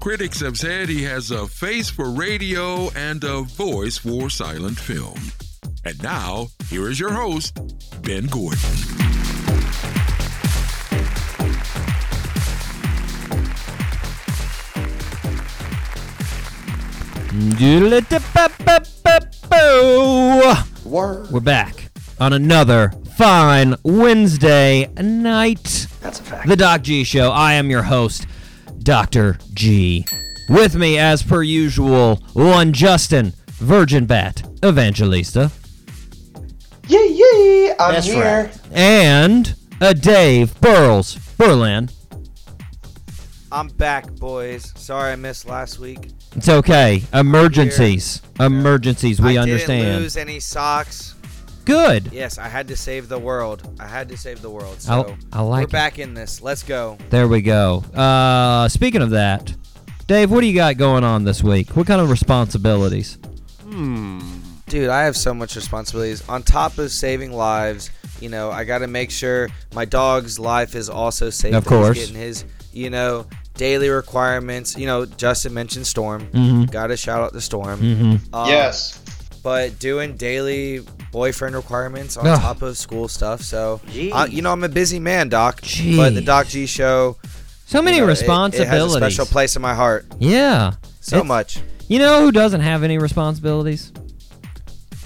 Critics have said he has a face for radio and a voice for silent film. And now, here is your host, Ben Gordon. Word. We're back on another fine Wednesday night. That's a fact. The Doc G Show. I am your host, Dr. G. With me, as per usual, one Justin, Virgin Bat, Evangelista, Yeah, yeah. I'm That's here. right. and a Dave Burles, Burland. I'm back, boys. Sorry I missed last week. It's okay. Emergencies. Emergencies. We I Didn't understand. lose any socks. Good. Yes, I had to save the world. I had to save the world. I- So I like we're it. back in this. Let's go. There we go. Uh, speaking of that, Dave, what do you got going on this week? What kind of responsibilities? Dude, I have so much responsibilities. On top of saving lives, you know, I got to make sure my dog's life is also saved. Of that he's course. getting his, you know, daily requirements. You know, Justin mentioned Storm. Got to shout out to Storm. Mm-hmm. Um, yes. but doing daily boyfriend requirements on Ugh. top of school stuff. So, I, you know, I'm a busy man, Doc. But the Jeez. Doc G show, So many you know, it- responsibilities. It, has a special place in my heart. yeah. So It's- much, You know who doesn't have any responsibilities?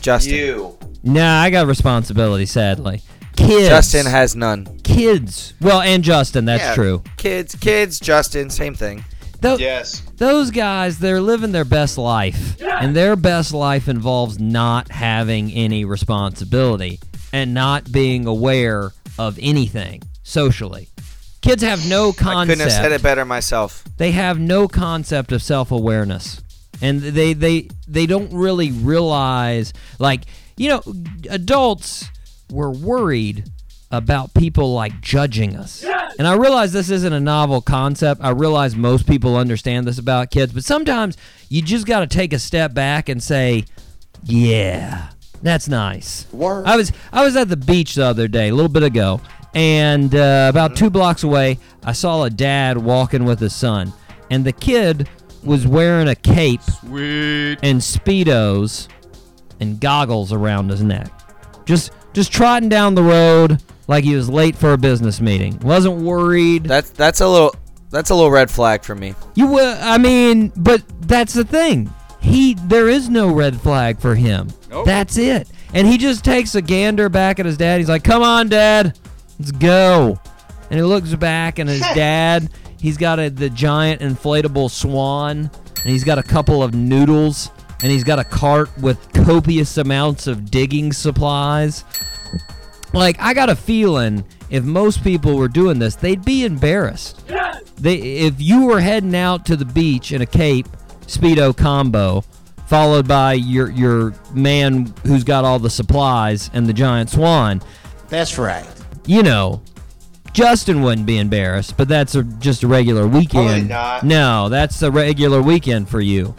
Justin. You. Nah, I got responsibility, sadly. Kids. Justin has none. kids. Well, and Justin, that's Yeah. true. Kids, kids, Justin, same thing. Tho- Yes. Those guys, they're living their best life, and their best life involves not having any responsibility and not being aware of anything socially. Kids have no I concept. couldn't have said it better myself. They have no concept of self-awareness, and they they they don't really realize like you know adults were worried about people like judging us. And I realize this isn't a novel concept. I realize most people understand this about kids, but sometimes you just got to take a step back and say, "Yeah, that's nice." Word. I was I was at the beach the other day, a little bit ago, and uh, about two blocks away, I saw a dad walking with his son, and the kid was wearing a cape and speedos and goggles around his neck, just just trotting down the road like he was late for a business meeting. wasn't worried. That's that's a little that's a little red flag for me. You will. I mean, but that's the thing. He there is no red flag for him. That's it. And he just takes a gander back at his dad. He's like, "Come on, Dad, let's go." And he looks back, and his dad, he's got a, the giant inflatable swan, and he's got a couple of noodles, and he's got a cart with copious amounts of digging supplies. Like, I got a feeling if most people were doing this, they'd be embarrassed. They, if you were heading out to the beach in a cape speedo combo, followed by your your man who's got all the supplies and the giant swan, That's right. you know, Justin wouldn't be embarrassed. But that's a, just a regular weekend. not. No, that's a regular weekend for you.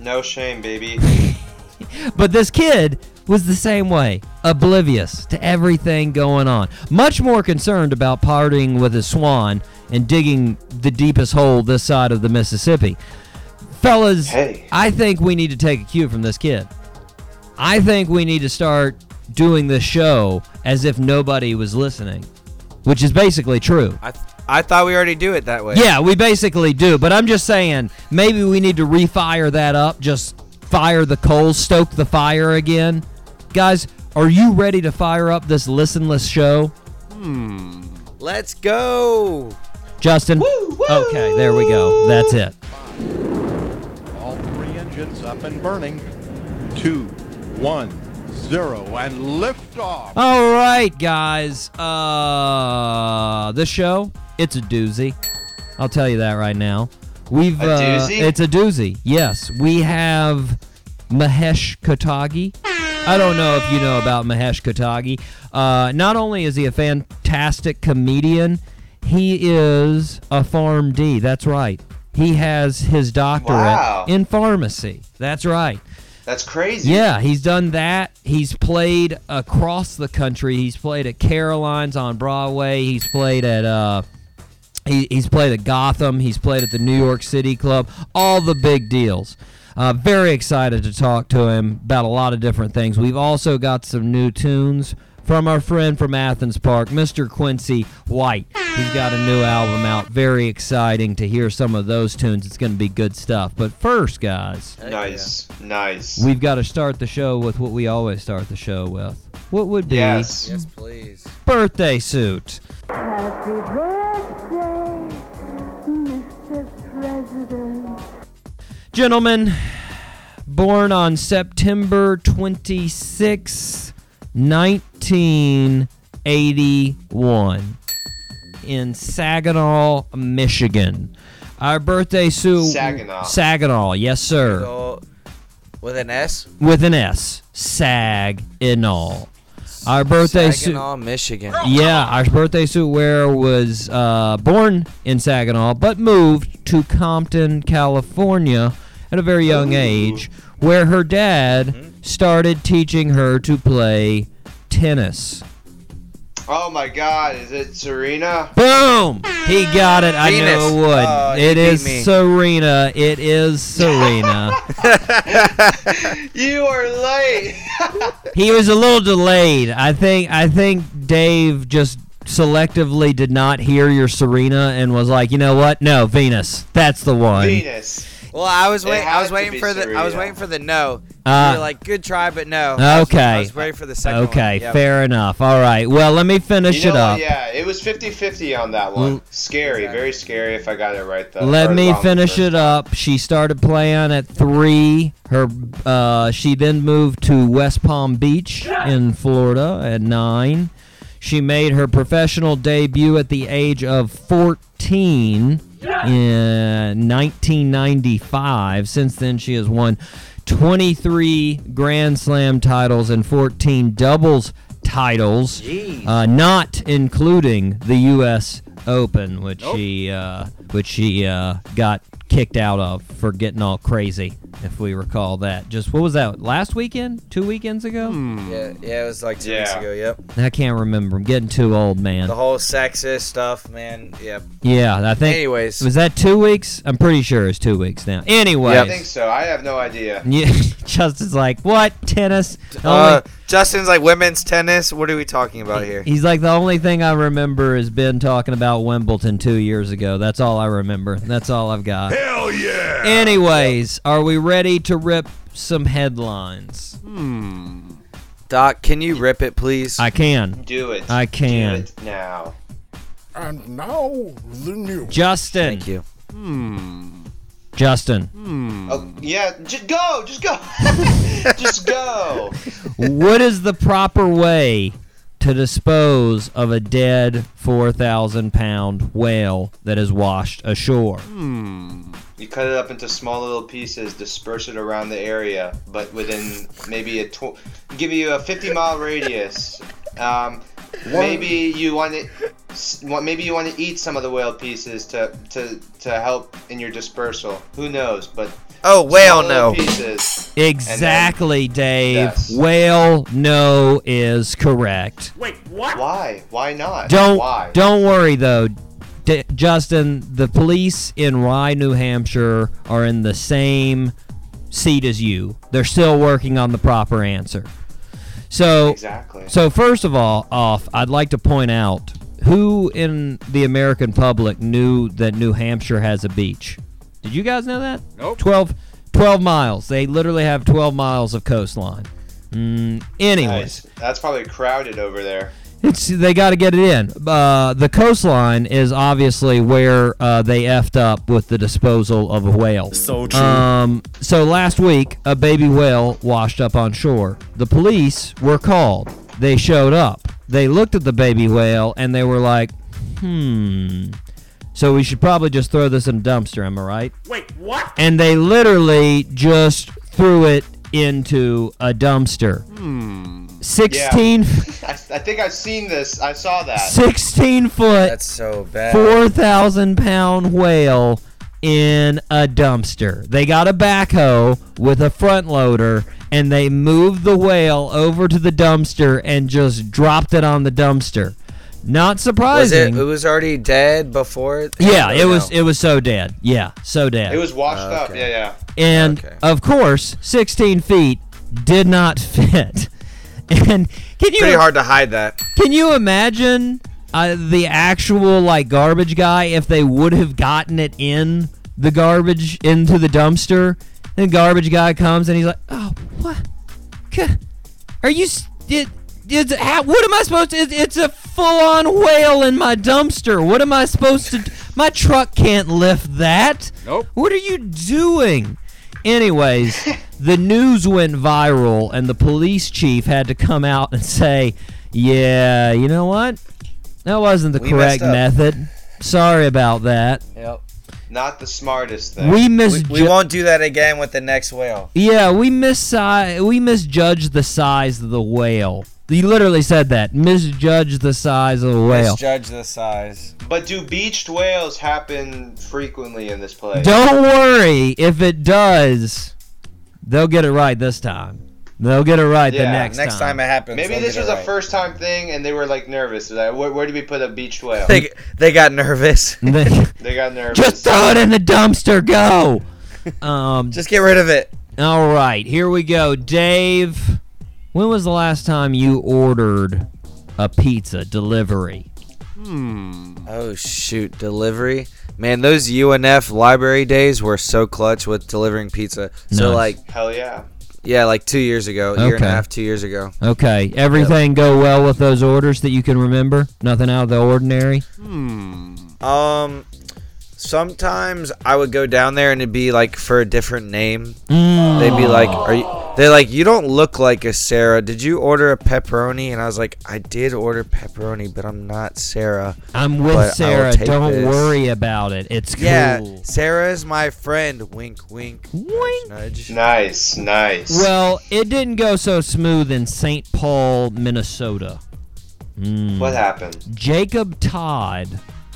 No shame, baby. But this kid was the same way, oblivious to everything going on. Much more concerned about partying with his swan and digging the deepest hole this side of the Mississippi. Fellas, Hey. I think we need to take a cue from this kid. I think we need to start doing this show as if nobody was listening, which is basically true. I th- I thought we already do it that way. Yeah, we basically do. But I'm just saying, maybe we need to refire that up. Just fire the coals, stoke the fire again. Guys, are you ready to fire up this listenless show? Let's go. Justin? Okay, there we go. That's it. All three engines up and burning. Two, one, zero, and lift Uh. off. All right, guys. Uh, this show, it's a doozy. I'll tell you that right now. We've A uh, doozy? it's a doozy. Yes, we have Mahesh Kotagi. I don't know if you know about Mahesh Kotagi. Uh, not only is he a fantastic comedian, he is a farm D. That's right. He has his doctorate Wow. in pharmacy. That's right. That's crazy. Yeah, he's done that. He's played across the country. He's played at Caroline's on Broadway. He's played at uh, He, he's played at Gotham. He's played at the New York City Club. All the big deals. Uh, very excited to talk to him about a lot of different things. We've also got some new tunes from our friend from Athens Park, Mr. Quincy White. He's got a new album out. Very exciting to hear some of those tunes. It's going to be good stuff. But first, guys, Nice, nice. we've got to start the show with what we always start the show with. What would be yes. Yes, please. birthday suit? Happy birthday, Mr. President. Gentlemen, born on September 26, 1981, in Saginaw, Michigan. Our birthday suit. Saginaw. Saginaw, yes, sir. So, with an S. With an S. Saginaw. Our birthday suit. Saginaw, Michigan. Yeah, our birthday suit wearer was uh, born in Saginaw, but moved to Compton, California at a very young age, where her dad started teaching her to play tennis. Oh my God, is it Serena? Boom! He got it. I Venus. knew it would. Oh, you it beat is me. Serena. It is Serena. You are late. he was a little delayed. I think I think Dave just selectively did not hear your Serena and was like, you know what? No, Venus. That's the one. Venus. Well, I was It waiting. I had was to waiting be for the. I was Serena. waiting for the no. Uh, you were like, good try, but no. I was- okay. I was ready for the second one. Okay, Yep. fair enough. All right. Well, let me finish you it know what? up. Yeah, it was 50-50 on that one. Mm. Scary, Exactly. very scary. If I got it right though. Let Or me wrong finish first. it up. She started playing at three. Her, uh, she then moved to West Palm Beach in Florida at nine. She made her professional debut at the age of 14 in 1995. Since then, she has won 23 Grand Slam titles and 14 doubles titles, uh, not including the U.S. Open, which she uh, which she uh, got kicked out of for getting all crazy, if we recall that. Just what was that? Last weekend? Two weekends ago? Yeah, yeah, it was like two weeks Yeah. ago. Yep. I can't remember. I'm getting too old, man. The whole sexist stuff, man. Yep. yeah, I think. Anyways, Was that two weeks? I'm pretty sure it's two weeks now. Anyway, I think so. I have no idea. yeah, Justin's like, what tennis? The uh, only- Justin's like women's tennis. What are we talking about here? he's like, the only thing I remember is Ben talking about Wimbledon two years ago. That's all I remember. That's all I've got. Hell yeah! Anyways, are we ready to rip some headlines? Doc, can you rip it, please? I can. Do it. I can. Do it now. And now the news. Justin. Thank you. Justin. Hmm. Oh, yeah, just go. Just go. just go. what is the proper way to dispose of a dead 4,000 pound whale that is washed ashore? Hmm. You cut it up into small little pieces, disperse it around the area, but within maybe a tw- give you a 50 mile radius. Um, maybe you want to s- want- maybe you want to eat some of the whale pieces to, to to help in your dispersal. Who knows? But Oh, whale, small little no. pieces. Exactly, Dave. Yes. Whale no is correct. Why? Why not? Don't Why? don't worry though. D- Justin, the police in Rye, New Hampshire are in the same seat as you. They're still working on the proper answer. So Exactly. So first of all, off, I'd like to point out who in the American public knew that New Hampshire has a beach. Did you guys know that? Nope. 12, 12 miles. They literally have 12 miles of coastline. Mm, anyways, Nice. That's probably crowded over there. it's they got to get it in. Uh, the coastline is obviously where uh, they effed up with the disposal of a whale. So true. Um, so last week, a baby whale washed up on shore. The police were called. They showed up. They looked at the baby whale and they were like, "Hmm." So we should probably just throw this in a dumpster. Am I right? and they literally just threw it into a dumpster. Hmm. 16, I, I think I've seen this. I saw that. 16 foot, That's so bad. 4,000 pound whale in a dumpster. They got a backhoe with a front loader and they moved the whale over to the dumpster and just dropped it on the dumpster. Not Was it? surprising. It was already dead before. It yeah, or it was. Oh, no? It was so dead. Yeah, so dead. It was washed up. okay. Yeah, yeah. And Okay. of course, 16 feet did not fit. And can you pretty hard to hide that. can you imagine uh, the actual like garbage guy if they would have gotten it in the garbage into the dumpster? Then garbage guy comes and he's like, "Oh, what? Ca- Are you? s- It, it's, how, what am I supposed to? It, it's a full-on whale in my dumpster. What am I supposed to? d- My truck can't lift that. Nope. What are you doing? Anyways, the news went viral, and the police chief had to come out and say, "Yeah, you know what? That wasn't the We correct messed up." method. Sorry about that. Yep. Not the smartest thing. We We, misjudged. we won't do that again with the next whale. Yeah, we mis we misjudged the size of the whale. You literally said that. Misjudged the size of the whale. Misjudge the size. but do beached whales happen frequently in this place? Don't worry if it does. They'll get it right this time. They'll get it right the Yeah, next, Next time it happens. Maybe they'll this get was it a right. first time thing and they were like nervous. Like, where, where do we put a beached whale? They, they got nervous. time. They got nervous. Just throw it in the dumpster. Go. Um, Just get rid of it. all right, here we go, Dave. When was the last time you ordered a pizza delivery? Oh shoot, delivery. Man, those UNF library days were so clutch with delivering pizza. So Nice. like Hell yeah. yeah, like two years ago, a year and a Okay. half, two years ago. Okay, everything go well with those orders that you can remember. Nothing out of the ordinary. Um sometimes I would go down there and it'd be like for a different name. Uh, They'd be like, Are you they're like, You don't look like a Sarah. Did you order a pepperoni? And I was like, I did order pepperoni, but I'm not Sarah. I'm with But I will Sarah. take Don't this. worry about it. It's cool. Yeah, Sarah is my friend. Wink wink. Wink. Nudge. nudge. Nice, nice. Well, it didn't go so smooth in St. Paul, Minnesota. what happened? Jacob Todd,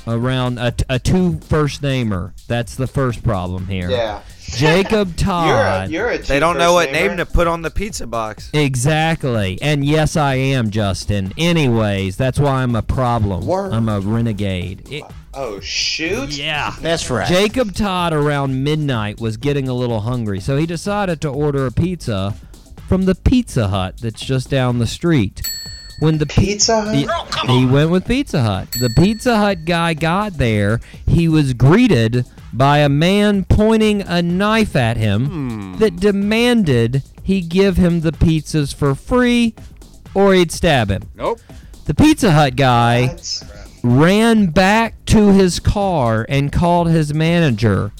around a, a two first namer. That's the first problem here. Yeah. Jacob You're a, Todd. you're a They don't know what name to put on the pizza box. Exactly. And yes, I am, Justin. Anyways, that's why I'm a problem. Word. I'm a renegade. It- Oh, shoot. yeah. That's right. Jacob Todd around midnight was getting a little hungry, so he decided to order a pizza from the Pizza Hut that's just down the street. When the pi- Pizza Hut? Oh, he, he went with Pizza Hut. The Pizza Hut guy got there. He was greeted by a man pointing a knife at him Hmm. that demanded he give him the pizzas for free or he'd stab him. Nope. The Pizza Hut guy What? ran back to his car and called his manager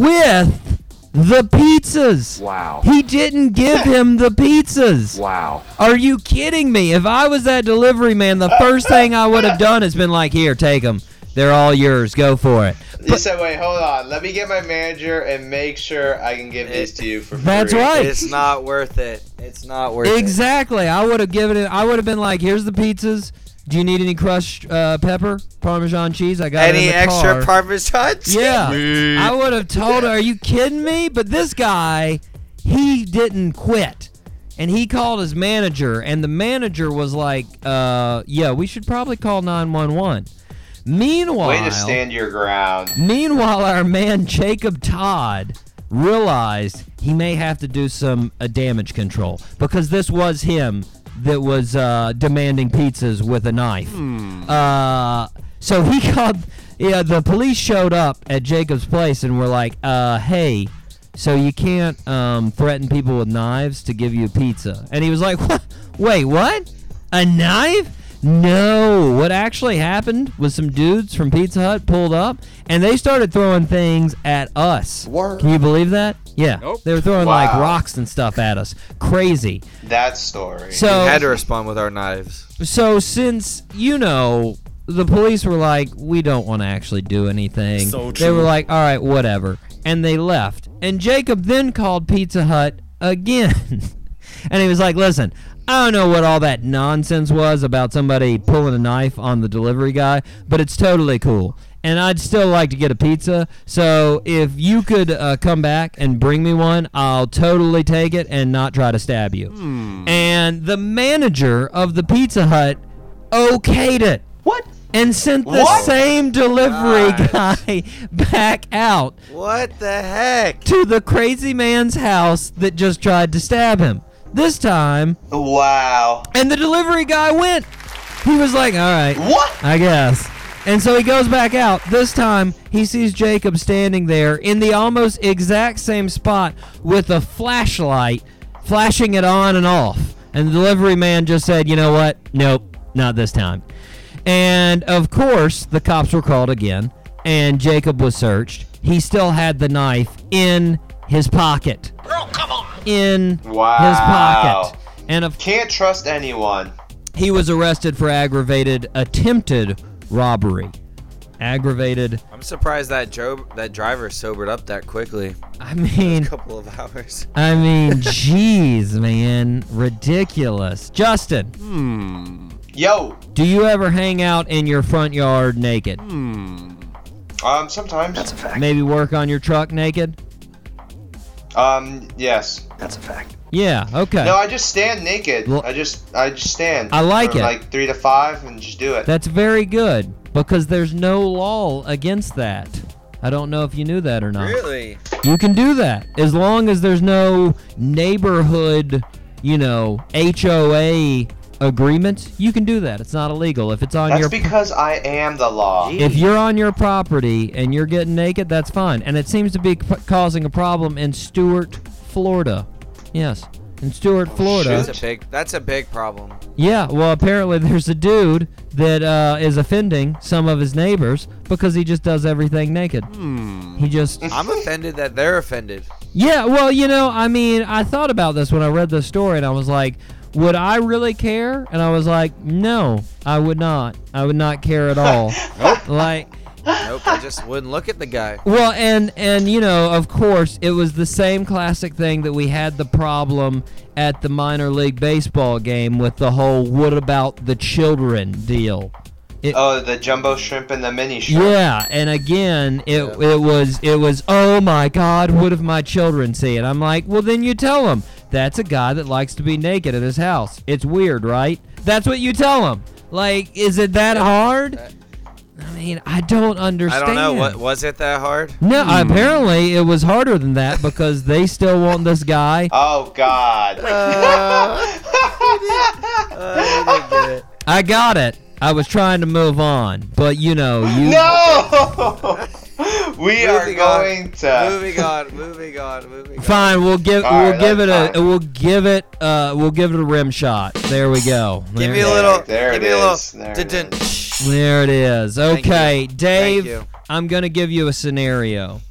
with the pizzas. Wow. He didn't give him the pizzas. Wow. Are you kidding me? If I was that delivery man, the first thing I would have done is been like, here, take them. They're all yours. Go for it. You said, wait, hold on. Let me get my manager and make sure I can give these to you for free. That's right. It's not worth it. It's not worth it. Exactly. I would have given it. I would have been like, here's the pizzas. Do you need any crushed uh, pepper, Parmesan cheese? I got it in Any the extra car." parmesan? cheese? Yeah. I would have told her, Are you kidding me? But this guy, he didn't quit. And he called his manager, and the manager was like, uh, Yeah, we should probably call 911. Meanwhile, Way to stand your ground. Meanwhile, our man Jacob Todd realized he may have to do some uh, damage control because this was him that was uh, demanding pizzas with a knife. Uh, so he called. Yeah, the police showed up at Jacob's place and were like, uh, "Hey." So you can't um, threaten people with knives to give you pizza. And he was like, what? "Wait, what? A knife? No. What actually happened was some dudes from Pizza Hut pulled up and they started throwing things at us. Word. Can you believe that? Yeah. Nope. They were throwing like Wow. rocks and stuff at us. Crazy. That story. So We had to respond with our knives. so since you know the police were like, we don't want to actually do anything. So They true. were like, all right, whatever, and they left. And Jacob then called Pizza Hut again, and he was like, listen. I don't know what all that nonsense was about somebody pulling a knife on the delivery guy, but it's totally cool. And I'd still like to get a pizza. So if you could uh, come back and bring me one, I'll totally take it and not try to stab you and the manager of the Pizza Hut okayed it. What? And sent the What? same delivery Gosh. guy back out What the heck? to the crazy man's house that just tried to stab him. This time, Wow. and the delivery guy went. He was like, all right. What? I guess. And so he goes back out. This time, he sees Jacob standing there in the almost exact same spot with a flashlight, flashing it on and off. And the delivery man just said, you know what? Nope, not this time. And of course, the cops were called again, and Jacob was searched. He still had the knife in his pocket. In his Wow. pocket. And of Can't trust anyone. he was arrested for aggravated attempted robbery. Aggravated. I'm surprised that Joe, that driver sobered up that quickly. I mean, Couple of hours. I mean, jeez, man, ridiculous. Justin, Yo. do you ever hang out in your front yard naked? Hmm. Um. Sometimes. That's a fact. Maybe work on your truck naked? um. Yes. That's a fact. Yeah. Okay. No, I just stand naked. Well- I just. I just stand. I like for it. Like three to five, and just do it. That's very good because there's no law against that. I don't know if you knew that or not. Really? You can do that as long as there's no neighborhood, you know, HOA agreement. You can do that. It's not illegal if it's on That's your because I am the law. if you're on your property and you're getting naked. That's fine. And it seems to be c- causing a problem in Stuart, Florida. Yes, in Stuart, Florida. That's a big. That's a big problem. Yeah, well, apparently there's a dude that uh, is offending some of his neighbors because he just does everything naked. Hmm. He just I'm offended that they're offended. Yeah, well, you know, I mean, I thought about this when I read the story, and I was like, would I really care? And I was like, no, I would not. I would not care at all. nope. Like, Nope, I just wouldn't look at the guy. well, and and you know, of course, it was the same classic thing that we had the problem at the minor league baseball game with the whole "what about the children" deal. Oh, the jumbo shrimp and the mini shrimp. Yeah, and again, it it was it was oh my god, what if my children see it? I'm like, well then you tell them that's a guy that likes to be naked at his house. It's weird, right? That's what you tell them. Like, is it that hard? I mean, I don't Uh, I understand. don't know. What Hmm. was it that hard? No, apparently it was harder than that because they still want this guy. Oh God. Uh, I got it. I was trying to move on, but you know, you no. we are Moving on. going to. Moving on. Moving on. Moving on. Fine, we'll give All we'll right, give it that's a fine. we'll give it uh we'll give it a rim shot. There we go. Give there, me a There- little. there give it me a little. is, there it dun-dun. there it is. Thank you. Okay, Dave, you. I'm gonna give you a scenario.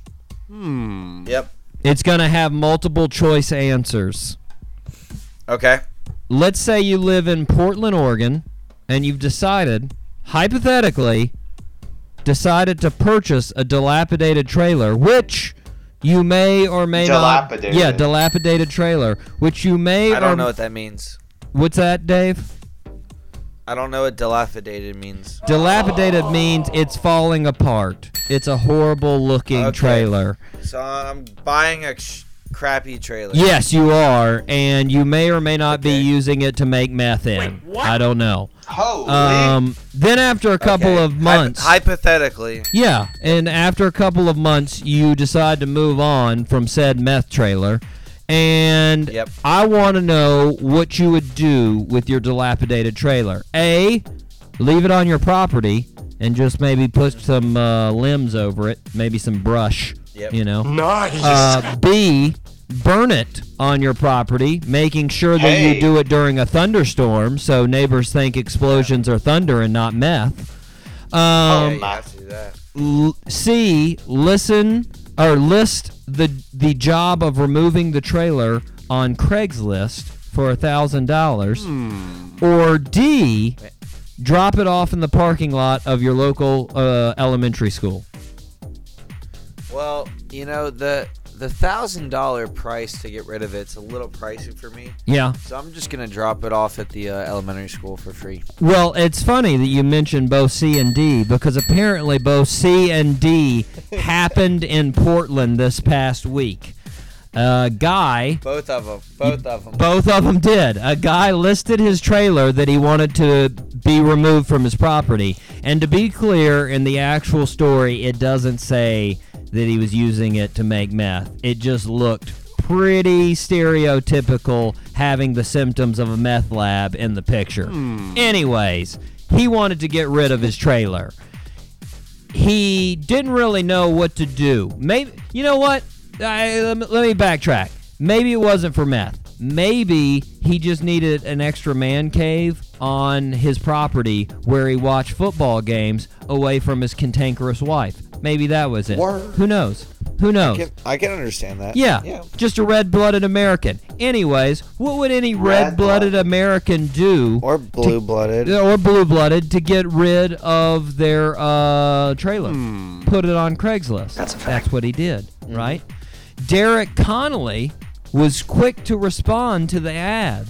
Yep. It's gonna have multiple choice answers. Okay. Let's say you live in Portland, Oregon, and you've decided, hypothetically, decided to purchase a dilapidated trailer, which you may or may Dilapidated. not. Yeah, dilapidated trailer, which you may I don't or know what that means. what's that, Dave? I don't know what dilapidated means. Dilapidated Oh. means it's falling apart. It's a horrible looking Okay. trailer. So I'm buying a sh- crappy trailer. Yes, you are, and you may or may not be Okay. using it to make meth in. I don't know. Holy. Um, then after a couple Okay. of Hypo- months, hypothetically. yeah, and after a couple of months, you decide to move on from said meth trailer. And Yep. I want to know what you would do with your dilapidated trailer. A, leave it on your property and just maybe put some uh, limbs over it, maybe some brush, Yep. you know. Nice. Uh, B, burn it on your property, making sure that you Hey. do it during a thunderstorm so neighbors think explosions are thunder and not meth. Oh, Yeah, Um, you have to do that. l- C, listen or list the the job of removing the trailer on Craigslist for a thousand dollars, or D, drop it off in the parking lot of your local uh, elementary school. Well, you know the the thousand dollar price to get rid of it's a little pricey for me. Yeah. So I'm just gonna drop it off at the uh, elementary school for free. Well, it's funny that you mentioned both C and D because apparently both C and D happened in Portland this past week. Uh, A guy, Both of them. Both of them. both of them did. A guy listed his trailer that he wanted to be removed from his property. And to be clear, in the actual story, it doesn't say that he was using it to make meth. It just looked pretty stereotypical having the symptoms of a meth lab in the picture. Anyways, he wanted to get rid of his trailer he didn't really know what to do. Maybe you know what? I, let, me, let me backtrack. Maybe it wasn't for meth. Maybe he just needed an extra man cave on his property where he watched football games away from his cantankerous wife. Maybe that was it. Word. Who knows? Who knows? Can- I can understand that. Yeah, Yeah. just a red-blooded American. Anyways, what would any red-blooded Red-blooded. American do Or blue blooded. or blue blooded to get rid of their uh, trailer. Put it on Craigslist. That's a fact. That's what he did, right? Derek Connolly was quick to respond to the ad.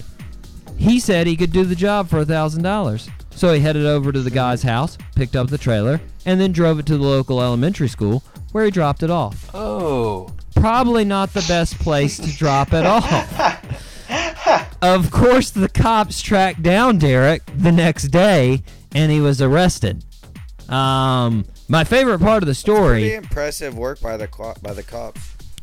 He said he could do the job for $1,000. So he headed over to the guy's house, picked up the trailer, and then drove it to the local elementary school where he dropped it off. Oh. Probably not the best place to drop it off. Of course, the cops tracked down Derek the next day, and he was arrested. Um, my favorite part of the Pretty story. impressive work by the co- by the cops.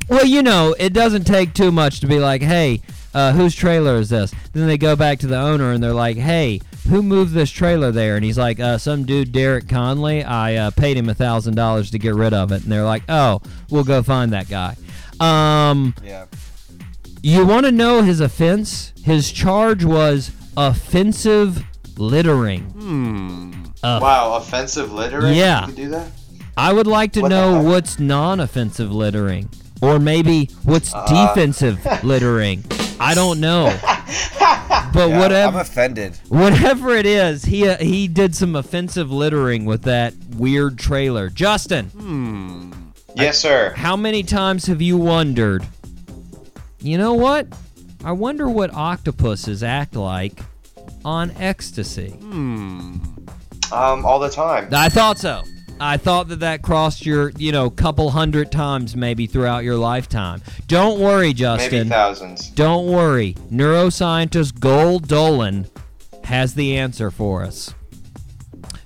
Well, you know, it doesn't take too much to be like, "Hey, uh, whose trailer is this?" Then they go back to the owner and they're like, "Hey, who moved this trailer there?" And he's like, uh, "Some dude, Derek Conley. I uh, paid him a thousand dollars to get rid of it." And they're like, "Oh, we'll go find that guy." Um, Yeah. You want to know his offense? His charge was offensive littering. Wow, offensive littering. Uh, Yeah. You could do that. I would like to What the know heck? what's non offensive littering. Or maybe what's Uh-huh. defensive littering. I don't know. But Yeah, I'm whatever offended. whatever it is, he uh, he did some offensive littering with that weird trailer. Justin, Hmm. Yes, sir. how many times have you wondered? You know what? I wonder what octopuses act like on ecstasy. Um, all the time. I thought so. I thought that that crossed your, you know, couple hundred times maybe throughout your lifetime. Don't worry, Maybe Justin. thousands. Don't worry. Neuroscientist Gold Dolan has the answer for us.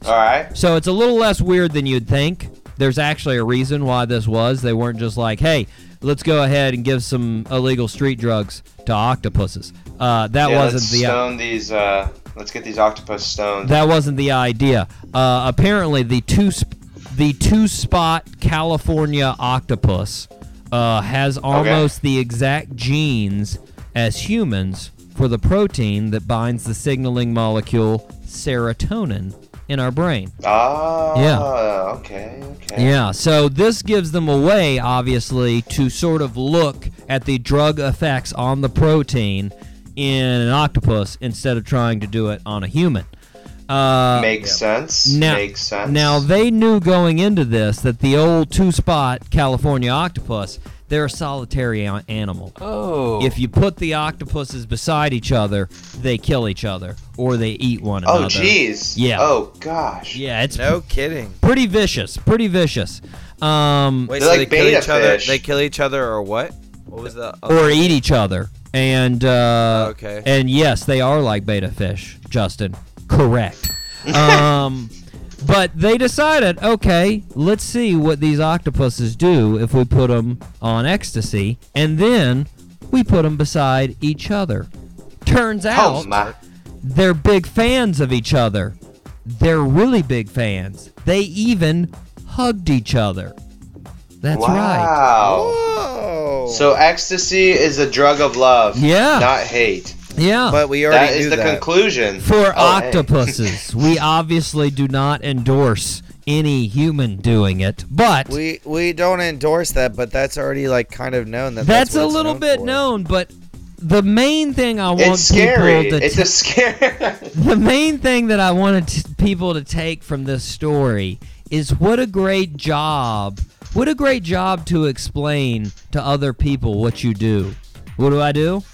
All right. So it's a little less weird than you'd think. There's actually a reason why this was. They weren't just like, hey, let's go ahead and give some illegal street drugs to octopuses. Uh, that yeah, wasn't let's the stone these. Uh, let's get these octopus stoned. That wasn't the idea. Uh, apparently, the two sp- the two spot California octopus uh, has almost the exact genes as humans for the protein that binds the signaling molecule serotonin in our brain. ah. Yeah. Okay. Okay. Yeah, so this gives them a way, obviously, to sort of look at the drug effects on the protein in an octopus instead of trying to do it on a human. Uh, Makes sense. Makes sense. now, they knew going into this that the old two-spot California octopus, they're a solitary a- animal. Oh. If you put the octopuses beside each other, they kill each other or they eat one Oh, another. jeez. Yeah. Oh, gosh. Yeah, it's No kidding. pretty vicious. Pretty vicious. Um, Wait, They're so like they kill beta each other. fish. They kill each other or what? What was the? or eat each other. And uh, Okay. And yes, they are like beta fish, Justin. Correct. um, but they decided, okay, let's see what these octopuses do if we put them on ecstasy, and then we put them beside each other. Turns Oh out my. they're big fans of each other. They're really big fans. They even hugged each other. That's right. wow. Oh. So ecstasy is a drug of love. Yeah. Not hate. Yeah. But we already That is knew the that. conclusion. For Oh, hey. octopuses, we obviously do not endorse any human doing it, but we we don't endorse that, but that's already like kind of known that. that's, That's, a what it's little known bit for. known. But the main thing I want It's scary. people to It's ta- a scare. the main thing that I wanted t- people to take from this story is what a great job. What a great job to explain to other people what you do. What do I do?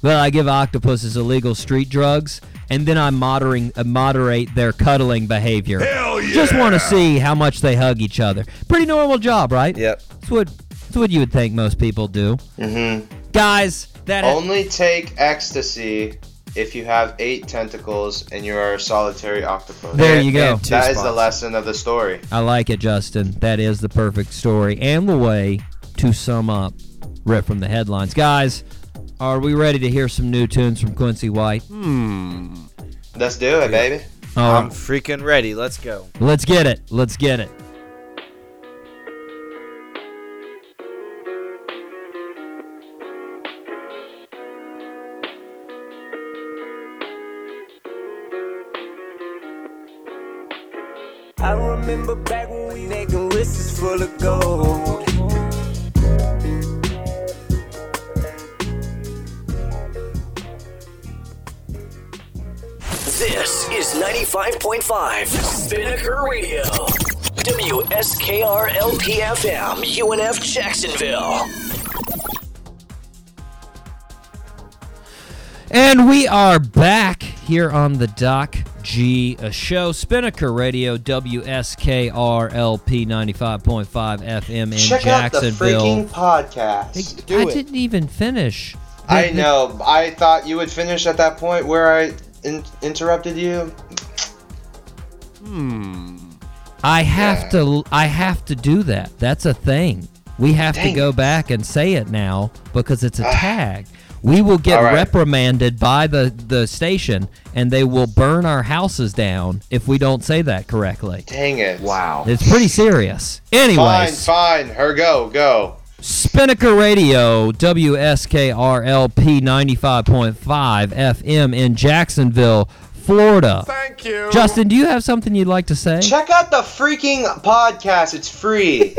Well, I give octopuses illegal street drugs, and then I modering, uh, moderate their cuddling behavior. Hell yeah! Just want to see how much they hug each other. Pretty normal job, right? Yep. That's what, that's That's what you would think most people do. Mm-hmm. Guys, that Only take ecstasy if you have eight tentacles and you are a solitary octopus. there you go. and- Two That is the spots. lesson of the story. I like it, Justin. That is the perfect story and the way to sum up Rip from the headlines. Guys, are we ready to hear some new tunes from Quincy White? Let's do it, baby. All I'm right, Um, freaking ready. Let's go. let's get it. Let's get it. I remember back when we making lists full of gold. This is 95.5 Spinnaker Radio. WSKR LPFM, UNF Jacksonville. And we are back here on the Doc G a show. Spinnaker Radio, WSKRLP 95.5 FM in Check out the Jacksonville. freaking podcast. I didn't even finish. I know. I thought you would finish at that point where I in- interrupted you. I have to I have to do that. That's a thing. We have Dang to go back and say it now because it's a tag. We will get All right. reprimanded by the, the station and they will burn our houses down if we don't say that correctly. Dang it. Wow. It's pretty serious. Oh. Fine, Anyways, fine. Her go, go. Spinnaker Radio, WSKRLP 95.5 FM in Jacksonville, Florida. Thank you. Justin, do you have something you'd like to say? Check out the freaking podcast. It's free.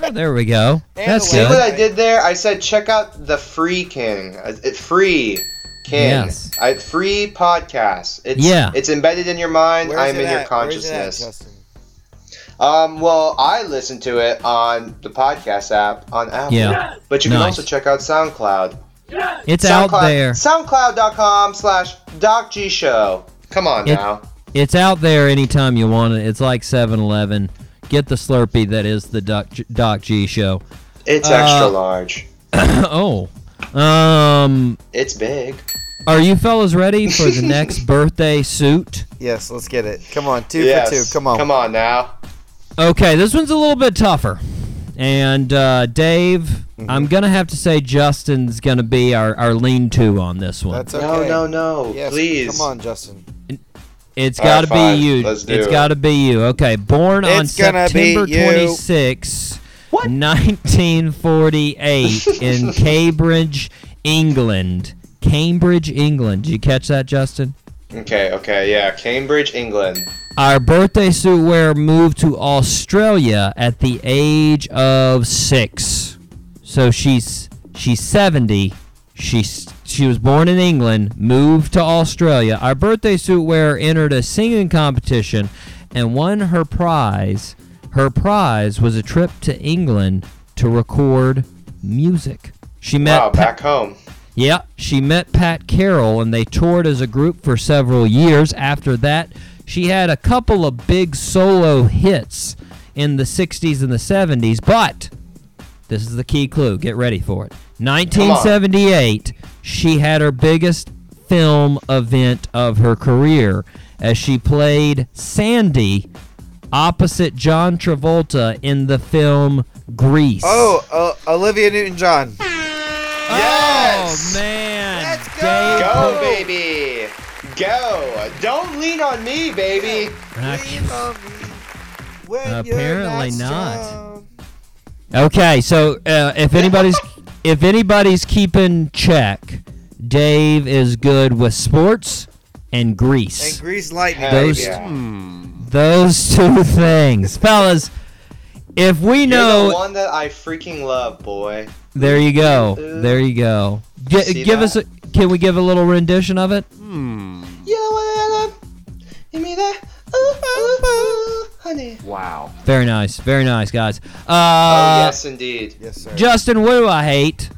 Oh, there we go. That's See what good. I did there? I said check out the free king. Uh, it- Free king. Yes. I, free podcast. It's, Yeah. It's embedded in your mind. I'm in your consciousness. Um, well, I listen to it on the podcast app on Apple. Yeah. But you can Nice. also check out SoundCloud. It's SoundCloud, out there. SoundCloud.com slash Doc G Show. Come on It- now. It's out there anytime you want it. It's like 7-Eleven. Get the Slurpee that is the Doc G, Doc G show. It's uh, extra large. oh. Um It's big. are you fellas ready for the next birthday suit? Yes, let's get it. Come on, two Yes. for two. Come on. Come on now. Okay, this one's a little bit tougher. And uh, Dave, I'm gonna have to say Justin's gonna be our, our lean-to on this one. That's No, okay. no, no. Yes, Please. Come on, Justin. It's All right, got to fine. be you. Let's do it's it. got to be you. Okay, born on It's gonna be September you. 26, 1948 in Cambridge, England. Cambridge, England. Did you catch that, Justin? Okay, okay, yeah. Cambridge, England. Our birthday suit wearer moved to Australia at the age of 6. So she's she's 70. She's she was born in England, moved to Australia. Our birthday suit wearer entered a singing competition and won her prize. Her prize was a trip to England to record music. She met Wow, Pa- back home. yeah, she met Pat Carroll and they toured as a group for several years. After that, she had a couple of big solo hits in the 60s and the 70s, but this is the key clue. Get ready for it. 1978, she had her biggest film event of her career as she played Sandy opposite John Travolta in the film Grease. Oh, uh, Olivia Newton-John. yes! Oh, man. Let's go! Dave Go, Oh. baby. Go. Don't lean on me, baby. Apparently not. Okay, so uh, if anybody's if anybody's keeping check, Dave is good with sports and And grease. Grease Lightning. Hell Those- yeah. Those two things, fellas. If we You're the know, one that I freaking love, boy. there you go, there you go. Gi- See give that? us, a, can we give a little rendition of it? You know what I love? Give me that. Ooh, ooh, ooh, honey. Very nice, very nice, guys. Uh, oh, yes, indeed. Yes, sir. Justin, what do I hate?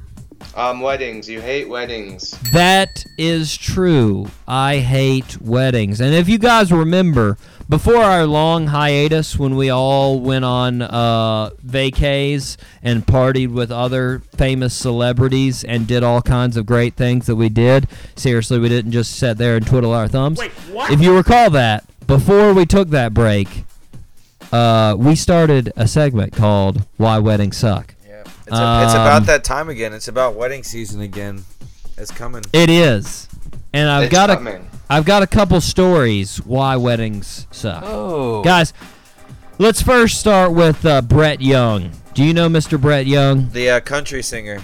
Um, weddings. You hate weddings. That is true. I hate weddings. And if you guys remember, before our long hiatus when we all went on uh, vacays and partied with other famous celebrities and did all kinds of great things that we did, seriously, we didn't just sit there and twiddle our thumbs. If you recall that, before we took that break, uh, we started a segment called Why Weddings Suck. Yeah. It's, a, it's about Um, that time again. It's about wedding season again. It's coming. It is. And I've It's got a coming. I've got a couple stories why weddings suck. Oh. Guys, let's first start with uh, Brett Young. Do you know Mr. Brett Young? The uh, country singer.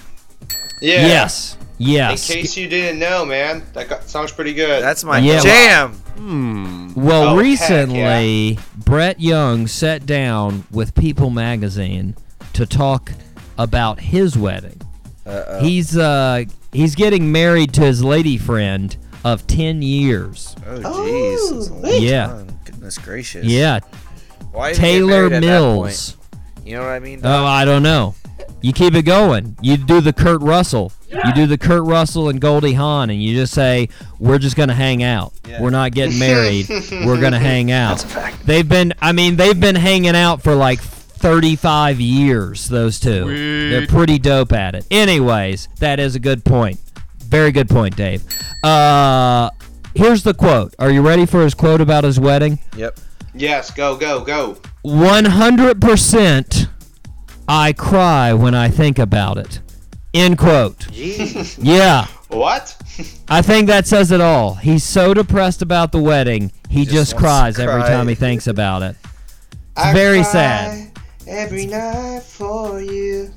Yeah. Yes. In Yes. case you didn't know, man, that got, sounds pretty good. That's my Yeah. jam. Hmm. Well, Oh, heck recently, Brett Young sat down with People Magazine to talk about his wedding. Uh-oh. He's uh he's getting married to his lady friend of 10 years. Oh, jeez. That's a long Yeah. time. Goodness gracious. Yeah, Why even get Taylor married at that point? Mills. You know what I mean? Oh, I don't know. You keep it going. You do the Kurt Russell. You do the Kurt Russell and Goldie Hawn, and you just say, "We're just gonna hang out. We're not getting married. We're gonna hang out." That's a fact. They've been. I mean, they've been hanging out for like 35 years. Those two. They're pretty dope at it. Anyways, that is a good point. Very good point, Dave. Uh, here's the quote. Are you ready for his quote about his wedding? Yep. Yes. Go. Go. Go. 100% I cry when I think about it. End quote. yeah, What? I think that says it all. He's so depressed about the wedding, he just, just wants cries to every cry. time he thinks about it. I very cry sad. Every night for you.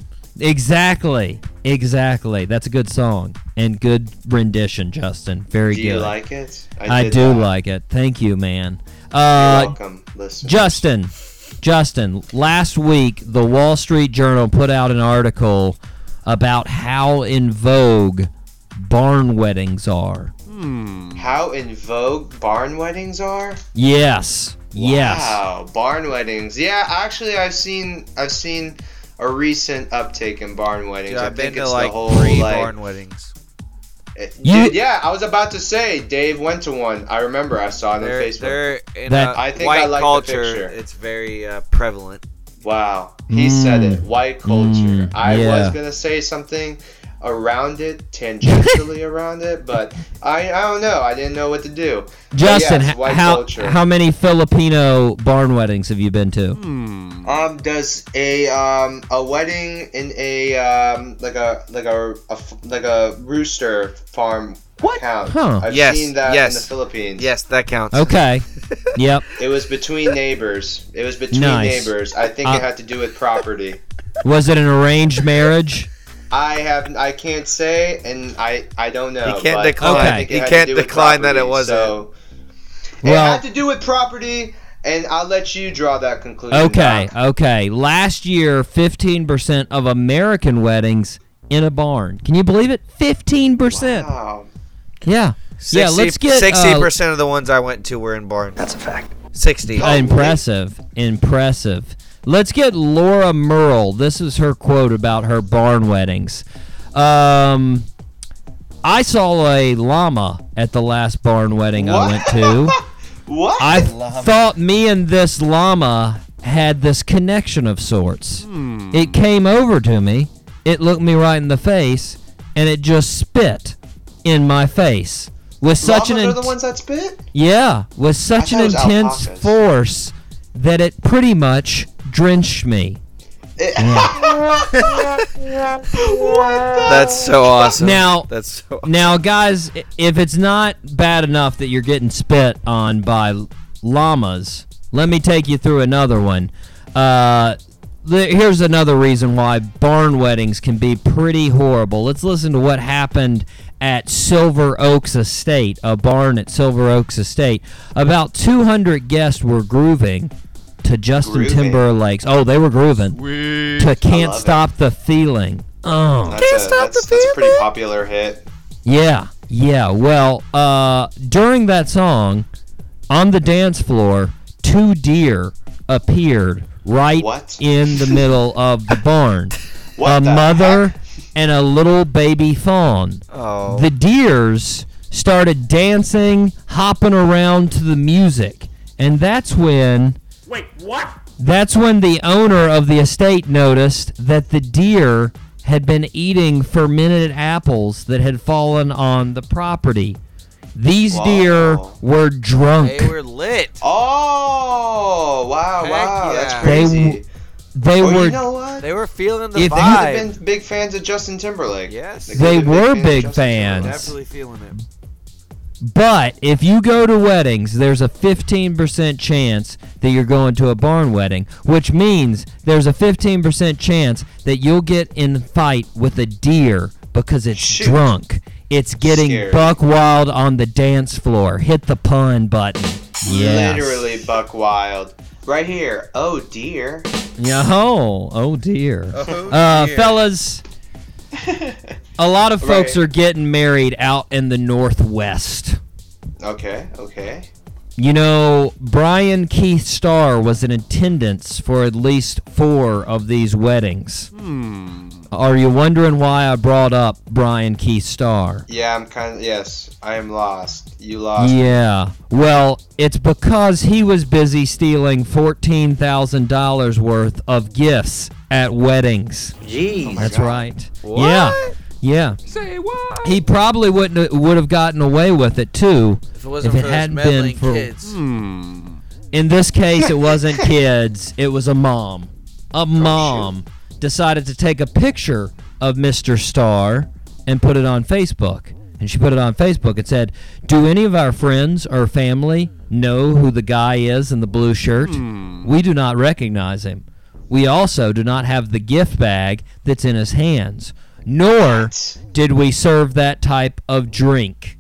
Exactly. Exactly. That's a good song and good rendition, Justin. Very Do good. you like it? I did do that. like it. Thank you, man. You're Uh, welcome. Listen. Justin, Justin, last week the Wall Street Journal put out an article about how in vogue barn weddings are. How in vogue barn weddings are? Yes. Yes. Wow, barn weddings. Yeah, actually, I've seen I've seen a recent uptake in barn weddings. Dude, I I've think been to it's like the whole three like. barn weddings. it- You- dude, yeah, I was about to say Dave went to one. I remember I saw it on They're, Facebook. they're in That- a I think I white like the culture. picture. It's very uh, prevalent. Wow, he said it. White culture. Mm, I yeah. was gonna say something around it, tangentially around it, but I I don't know. I didn't know what to do. But Justin, yes, h- white how culture. how many Filipino barn weddings have you been to? Um, does a um a wedding in a um like a like a, a f- like a rooster farm count? Huh. I've Yes, seen that yes. in the Philippines. Yes, that counts. Okay. yep. It was between neighbors. It was between Nice. neighbors. I think Uh, it had to do with property. Was it an arranged marriage? I have I can't say, and I I don't know. He can't but decline- I think he had to can't do with decline that it property, wasn't. So it Well- had to do with property, and I'll let you draw that conclusion. Okay. Doc. Okay. Last year, 15% of American weddings in a barn. Can you believe it? 15%. Wow. Yeah. yeah, let's get sixty uh, percent of the ones I went to were in barn. That's a fact. Sixty. Oh, Uh, impressive. Impressive. Let's get Laura Merle. This is her quote about her barn weddings. Um, I saw a llama at the last barn wedding I went to. What? I thought me and this llama had this connection of sorts. Hmm. It came over to me, it looked me right in the face, and it just spit in my face with such Llamas an are the int- ones that spit. yeah, with such an thought it was intense alpacas. force that it pretty much drenched me. That's so awesome. Now- that's so. Now, guys, i- if it's not bad enough that you're getting spit on by l- llamas, let me take you through another one. Uh, the, here's another reason why barn weddings can be pretty horrible. Let's listen to what happened at Silver Oaks Estate, a barn at Silver Oaks Estate. About 200 guests were grooving to Justin Grooving. Timberlake's. Oh, they were grooving to "Can't love it. Stop the Feeling." Oh. That's a, that's, that's a pretty popular hit. Yeah, yeah. Well, uh, during that song, on the dance floor, two deer appeared right What? in the middle of the barn. What a the mother heck? and a little baby fawn. Oh. The deers started dancing, hopping around to the music. And that's when Wait, what? that's when the owner of the estate noticed that the deer had been eating fermented apples that had fallen on the property. These deer Wow. were drunk. They were lit. Oh wow, Heck wow, that's yeah. They crazy. w- They oh, were you know what? They were feeling the If they They could vibe. have been big fans of Justin Timberlake. Yes. could've They been were of big Justin fans. Timberlake. Definitely feeling it. But if you go to weddings, there's a 15% chance that you're going to a barn wedding, which means there's a 15% chance that you'll get in a fight with a deer because it's Shoot. drunk. It's getting Scary. buck wild on the dance floor. Hit the pun button. Yes. Literally buck wild. Right here. Oh dear. Yeah. Oh, oh dear. uh, fellas, a lot of folks Right. are getting married out in the Northwest. Okay, okay. You know, Brian Keith Starr was in attendance for at least four of these weddings. Hmm. Are you wondering why I brought up Brian Keith Starr? Yeah, I'm kind of. Yes, I am lost. You lost. Yeah. Well, it's because he was busy stealing $14,000 worth of gifts at weddings. Jeez. That's right. Yeah. Yeah. Say what? He probably wouldn't would have gotten away with it too If it wasn't If it for those hadn't been meddling for- kids. In this case, it wasn't kids, it was a mom. A mom decided to take a picture of Mr. Star and put it on Facebook. And she put it on Facebook. It said, Do any of our friends or family know who the guy is in the blue shirt? We do not recognize him. We also do not have the gift bag that's in his hands, nor did we serve that type of drink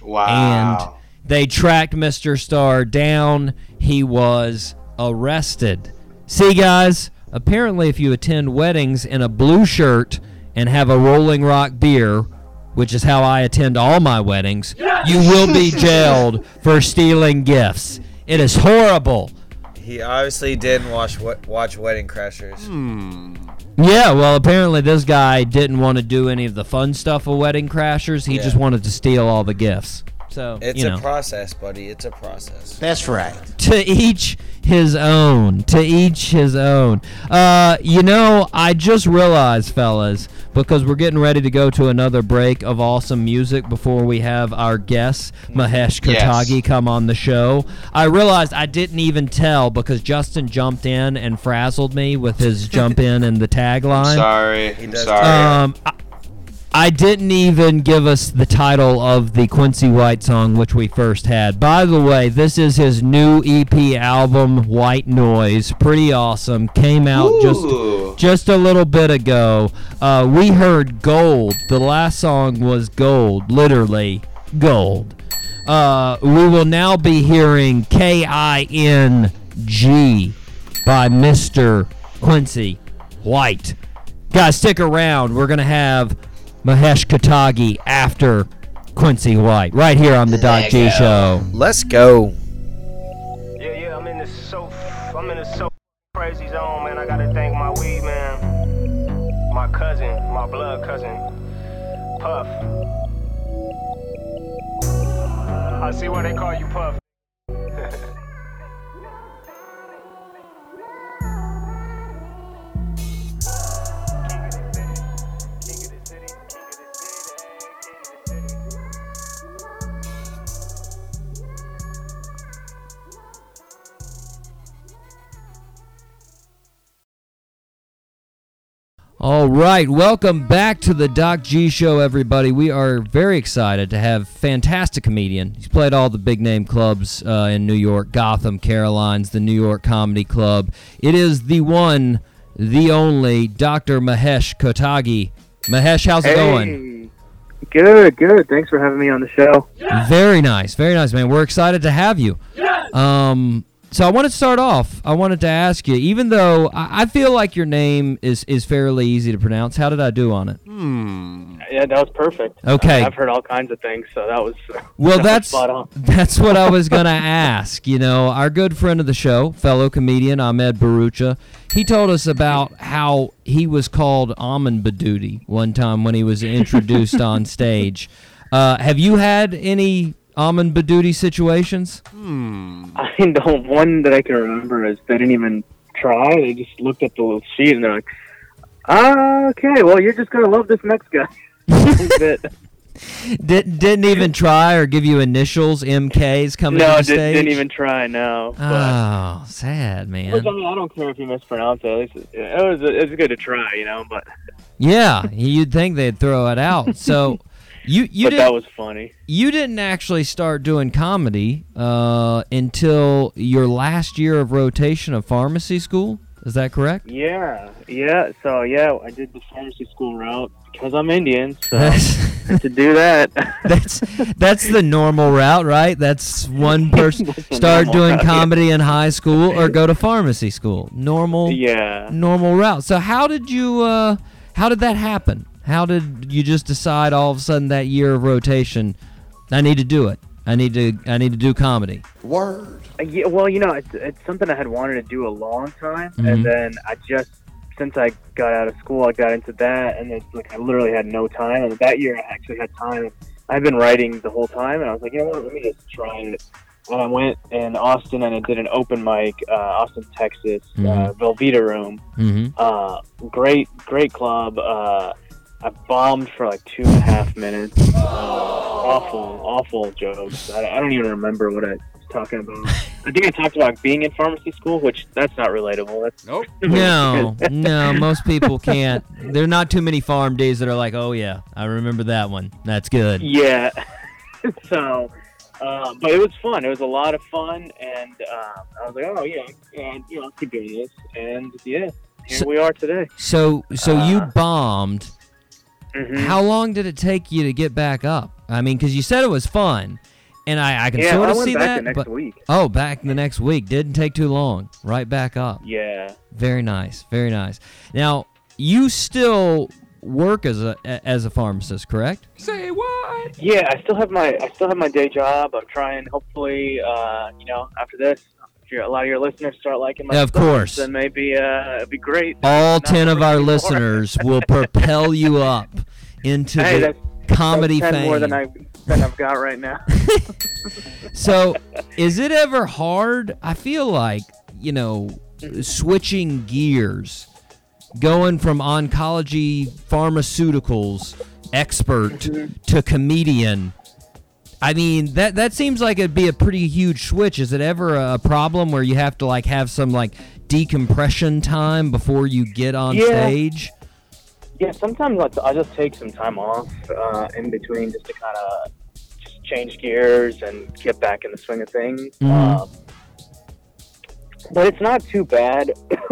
and Wow. they tracked Mr. Star down. He was arrested. See, guys, apparently, if you attend weddings in a blue shirt and have a Rolling Rock beer, which is how I attend all my weddings, you will be jailed for stealing gifts. It is horrible. He obviously didn't watch what watch Wedding Crashers. Yeah, well, apparently this guy didn't want to do any of the fun stuff of Wedding Crashers. He Yeah. just wanted to steal all the gifts. So It's you a know. process, buddy. It's a process. That's right. to each his own. To each his own. Uh, you know, I just realized, fellas, because we're getting ready to go to another break of awesome music before we have our guest, Mahesh Yes. Kotagi, come on the show. I realized I didn't even tell because Justin jumped in and frazzled me with his jump in and the tagline. sorry. I'm does- sorry. Um, I, I didn't even give us the title of the Quincy White song, which we first had. By the way, this is his new EP album, White Noise. Pretty awesome. Came out Ooh. just just a little bit ago. Uh, we heard Gold. The last song was Gold, literally Gold. Uh, we will now be hearing K I N G by Mr. Quincy White. Guys, stick around. We're going to have Mahesh Katagi after Quincy White right here on the Doc G Show. Let's go. Yeah, yeah, I'm in the so I'm in the so crazy zone, man. I gotta thank my weed man, my cousin, my blood cousin, Puff. I see why they call you Puff. All right, welcome back to the Doc G Show, everybody. We are very excited to have fantastic comedian. He's played all the big name clubs uh, in New York, Gotham, Carolines, the New York Comedy Club. It is the one, the only Dr. Mahesh Kotagi. Mahesh, how's it going? Good, good. Thanks for having me on the show. Very nice, very nice, man. We're excited to have you. Um, so I want to start off. I wanted to ask you, even though I, I feel like your name is is fairly easy to pronounce, how did I do on it? yeah, that was perfect. Okay. Uh, I've heard all kinds of things, so that was uh, Well, that was that's spot on. that's what I was gonna ask. You know, our good friend of the show, fellow comedian Ahmed Barucha, he told us about how he was called Almond Baduti one time when he was introduced on stage. Uh, have you had any Almond Baduti situations? I know one that I can remember is they didn't even try. They just looked at the little sheet and they're like, "Ah, "Okay, well, you're just gonna love this next guy." That- Did, didn't even try or give you initials, MKs coming no, on did, stage. didn't even try. No. Oh, sad But, man. Which, I, mean, uh, I don't care if you mispronounce it. At least it, it was it was good to try, you know. But Yeah, you'd think they'd throw it out. So you you But didn't, that was funny. You didn't actually start doing comedy uh, until your last year of rotation of pharmacy school. Is that correct? yeah, yeah. So yeah, I did the pharmacy school route because I'm Indian. So. to do that. that's that's the normal route, right? That's one person the start normal doing route, yeah. comedy in high school or go to pharmacy school. Normal, Yeah. normal route. So how did you? Uh, how did that happen? How did you just decide all of a sudden that year of rotation? I need to do it. I need to. I need to do comedy. Word. Yeah, well, you know, it's, it's something I had wanted to do a long time, Mhm. and then I just since I got out of school, I got into that, and it's like I literally had no time. And that year, I actually had time. I've been writing the whole time, and I was like, you know what? Let me just try it. And I went in Austin, and I did an open mic, uh, Austin, Texas, uh, Mhm. Velveeta Room. Mm-hmm. Uh, great, great club. Uh, I bombed for like two and a half minutes. Uh, awful, awful jokes. I, I don't even remember what I was talking about. I think I talked about being in pharmacy school, which that's not relatable. That's nope. No, no, most people can't. There are not too many farm days that are like, oh yeah, I remember that one. That's good. Yeah. so, uh, but it was fun. It was a lot of fun, and um, I was like, oh yeah, and you know, I'll keep doing this, and yeah, here we are today. So, so Uh. you bombed. Mhm. How long did it take you to get back up? I mean, because you said it was fun, and I, I can Yeah, sort I of went see back that. the next but- week. Oh, back the next week didn't take too long. Right back up. Yeah. Very nice. Very nice. Now you still work as a as a pharmacist, correct? Say what? Yeah, I still have my I still have my day job. I'm trying. Hopefully, uh, you know, after this, if you're, a lot of your listeners start liking my Yeah, of stuff, course. then maybe uh, it'd be great. All Not 10 of for our anymore. listeners will propel you up into Hey, the that's- comedy that's 10 more fame. than I than I've got right now. so, is it ever hard? I feel like, you know, switching gears, going from oncology pharmaceuticals expert Mm-hmm. to comedian. I mean, that that seems like it'd be a pretty huge switch. Is it ever a problem where you have to like have some like decompression time before you get on Yeah. stage? yeah, sometimes I'll, I'll just take some time off uh, in between just to kind of just change gears and get back in the swing of things. Mm-hmm. Mhm. Um, but it's not too bad.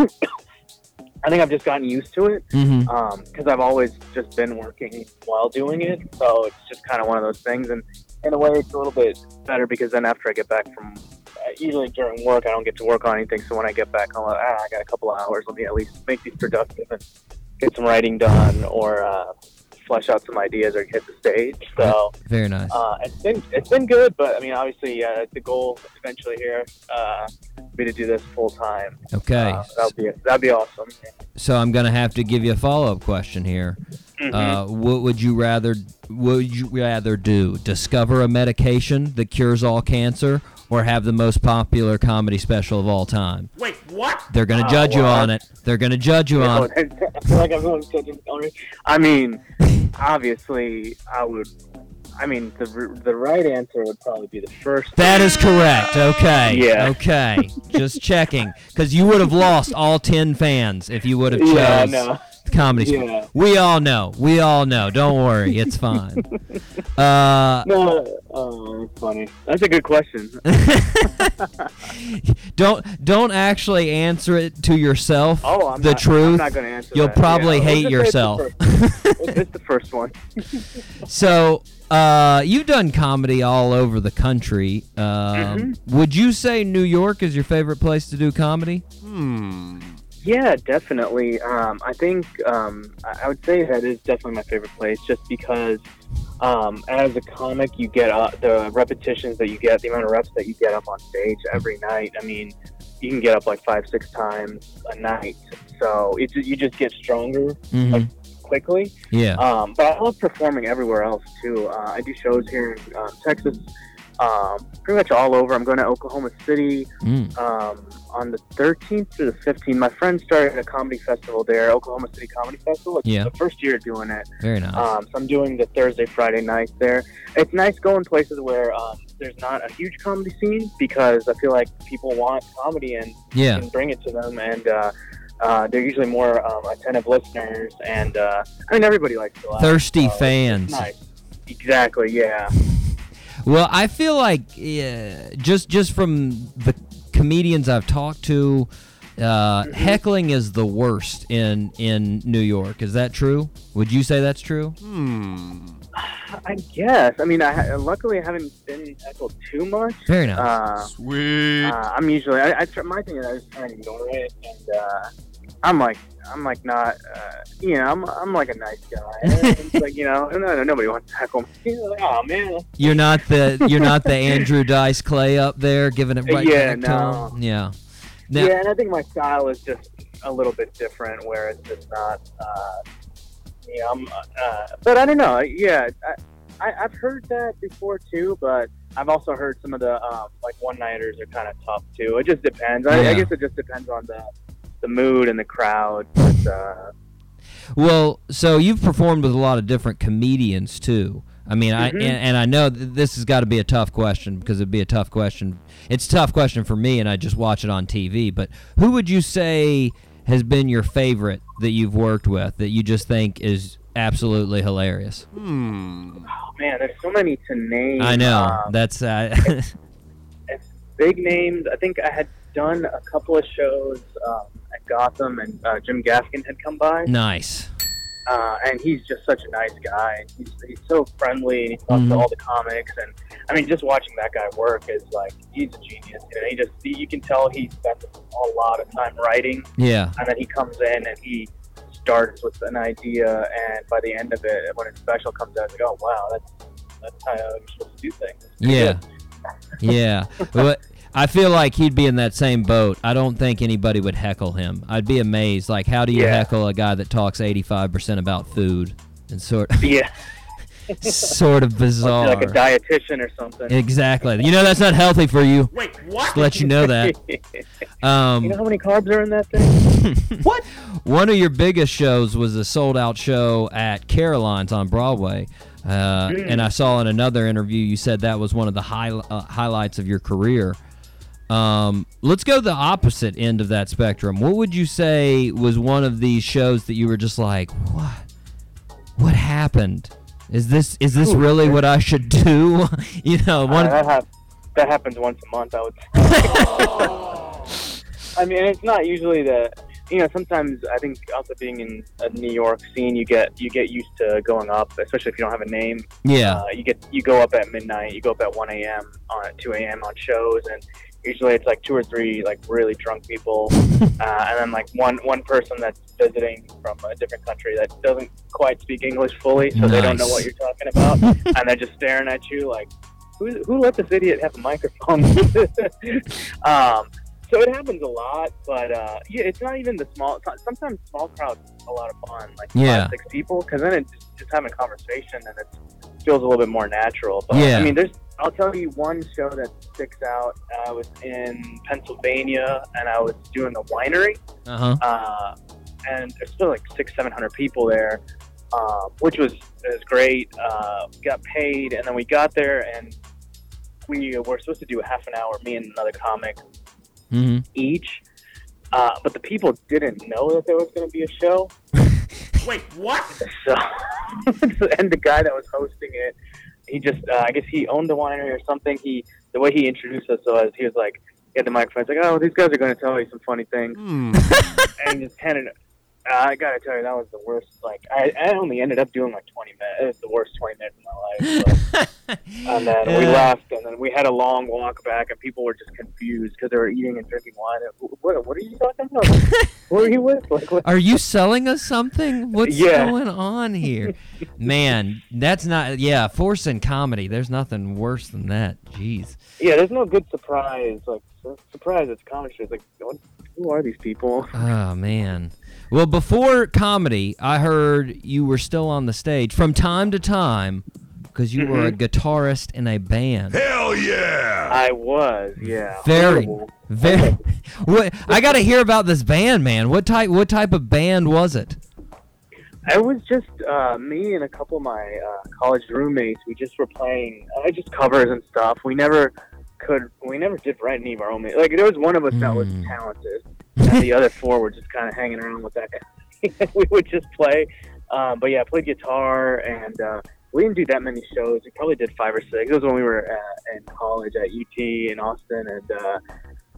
I think I've just gotten used to it because Mm-hmm. Mhm. um, I've always just been working while doing it, so it's just kind of one of those things. And in a way, it's a little bit better because then after I get back from uh, usually during work, I don't get to work on anything. So when I get back, I'm like, ah, I got a couple of hours. Let me at least make these productive and get some writing done or uh, flesh out some ideas or hit the stage. So Very nice. uh, it's been it's been good, but I mean, obviously, uh, the goal eventually here uh, be to do this full time. Okay. Uh, that'd be that'd be awesome. So I'm gonna have to give you a follow up question here. Mm-hmm. Uh, what would you rather? What would you rather do? Discover a medication that cures all cancer, or have the most popular comedy special of all time? Wait, what? They're gonna judge you on it. They're gonna judge you on it. I feel like everyone's judging already. I mean, obviously, I would. I mean, the r- the right answer would probably be the first. That is correct. Okay. Yeah. Okay. Just checking, because you would have lost all ten fans if you would have chose Yeah, I know. the comedy. special. Yeah. We all know. We all know. Don't worry. It's fine. Uh, No, oh, that's funny. That's a good question. don't don't actually answer it to yourself. Oh, I'm the not, truth. I'm not gonna answer. You'll that. probably Yeah. hate It's yourself. The first, it's the first one. so, uh, you've done comedy all over the country. Um, Mm-hmm. Would you say New York is your favorite place to do comedy? Hmm. Yeah, definitely. Um, I think um, I I would say that is definitely my favorite place, just because um, as a comic, you get uh, the repetitions that you get, the amount of reps that you get up on stage every night. I mean, you can get up like five, six times a night, so it, you just get stronger Mm-hmm. quickly. Yeah. Um, but I love performing everywhere else too. Uh, I do shows here in um, Texas, um, pretty much all over. I'm going to Oklahoma City Mm. um, on the 13th through the 15th. My friend started a comedy festival there, Oklahoma City Comedy Festival. It's Yeah. the first year doing it. Very nice. Um, so I'm doing the Thursday, Friday nights there. It's nice going places where um, there's not a huge comedy scene because I feel like people want comedy and Yeah. can bring it to them, and uh, uh, they're usually more um, attentive listeners. And uh, I mean, everybody likes to laugh. Thirsty so it's fans. Nice. Exactly. Yeah. Well, I feel like yeah, just just from the comedians I've talked to, uh, Mm-hmm. heckling is the worst in in New York. Is that true? Would you say that's true? Hmm. I guess. I mean, I ha- luckily I haven't been heckled too much. Very nice. Uh, Sweet. Uh, I'm usually. I, I tr- my thing is I just try and ignore it, and uh, I'm like, I'm like not. Uh, you know, I'm, I'm like a nice guy. it's like you know, no, no, nobody wants to heckle me. You know, like, oh man. You're not the you're not the Andrew Dice Clay up there giving it right Yeah, back to him. Yeah. Now- yeah, and I think my style is just a little bit different, where it's just not. Uh, you know, I'm. Uh, but I don't know. Yeah, I, I, I've heard that before too, but I've also heard some of the um, like one nighters are kind of tough too. It just depends. I, Yeah. I guess it just depends on the the mood and the crowd. But, uh, Well, so you've performed with a lot of different comedians too. I mean, I Mhm. and, and I know th- this has got to be a tough question because it'd be a tough question. It's a tough question for me, and I just watch it on TV. But who would you say has been your favorite that you've worked with that you just think is absolutely hilarious? hmm. Oh man, there's so many to name. I know Um, that's uh, big names. I think I had done a couple of shows um, at Gotham, and uh, Jim Gaffigan had come by. nice. uh, and he's just such a nice guy. He's, he's so friendly, and he talks Mhm. to all the comics. And I mean, just watching that guy work is like he's a genius. You know, he just you can tell he spends a lot of time writing. Yeah. and then he comes in and he starts with an idea, and by the end of it, when his special comes out, it's like, oh wow, that's that's how you're supposed to do things. Yeah. Yeah. but I feel like he'd be in that same boat. I don't think anybody would heckle him. I'd be amazed. Like, how do you Yeah. heckle a guy that talks 85% about food and sort Yeah. sort of bizarre? Like a dietitian or something. Exactly. You know, that's not healthy for you. Wait, Just let you know that. Um, you know how many carbs are in that thing? what? One of your biggest shows was a sold out show at Caroline's on Broadway. Uh, Mm. And I saw in another interview you said that was one of the high, uh, highlights of your career. Um, let's go the opposite end of that spectrum. What would you say was one of these shows that you were just like, what? What happened? Is this is this Ooh, really yeah. what I should do? you know, one. Uh, that, hap- that happens once a month. I would. I mean, it's not usually the. You know, sometimes I think also being in a New York scene, you get you get used to going up, especially if you don't have a name. Yeah. Uh, you get you go up at midnight. You go up at one a.m. on two a.m. on shows, and usually it's like two or three like really drunk people, uh, and then like one one person that's visiting from a different country that doesn't quite speak English fully, so they don't know Nice. what you're talking about, and they're just staring at you like who, who let this idiot have a microphone? um, so it happens a lot, but uh, yeah, it's not even the small. Sometimes small crowds are a lot of fun, like Yeah. five, six people, because then it's just, just having a conversation and it feels a little bit more natural. But Yeah. I mean, there's. I'll tell you one show that sticks out. I was in Pennsylvania and I was doing the winery Uh-huh. uh, and there's still like six, seven hundred people there, um, which was it was great. Uh, we got paid, and then we got there, and we were supposed to do a half an hour, me and another comic hmm each. Uh, but the people didn't know that there was going to be a show. Wait, what? So, and the guy that was hosting it, he just, uh, I guess he owned the winery or something. He, the way he introduced us was, he was like, he had the microphone. He's like, oh, these guys are going to tell you some funny things, and he just handed. uh, I gotta tell you, that was the worst. Like, I, I only ended up doing like 20 minutes. It was the worst 20 minutes of my life. but- and then we Yeah. left, and then we had a long walk back, and people were just confused because they were eating and drinking wine. What, what are you talking about? Who are you with? Like, what? Are you selling us something? What's Yeah. going on here? Man, that's not yeah, force and comedy. There's nothing worse than that. Jeez. Yeah, there's no good surprise. Like su- surprise, it's comedy shows. Like, what, who are these people? Oh man. Well, before comedy, I heard you were still on the stage from time to time because you were a guitarist in a band. Mm-hmm. Hell yeah! I was, yeah. Very, Horrible. very. What I got to hear about this band, man. What type? What type of band was it? It was just uh, me and a couple of my uh, college roommates. We just were playing uh, just covers and stuff. We never could. We never did write any of our own. mu- Like there was one of us that was talented, and the other four were just kind of hanging around with that. guy. we would just play. Uh, but yeah, I played guitar, and uh, we didn't do that many shows. We probably did five or six. It was when we were uh in college at UT in Austin, and uh,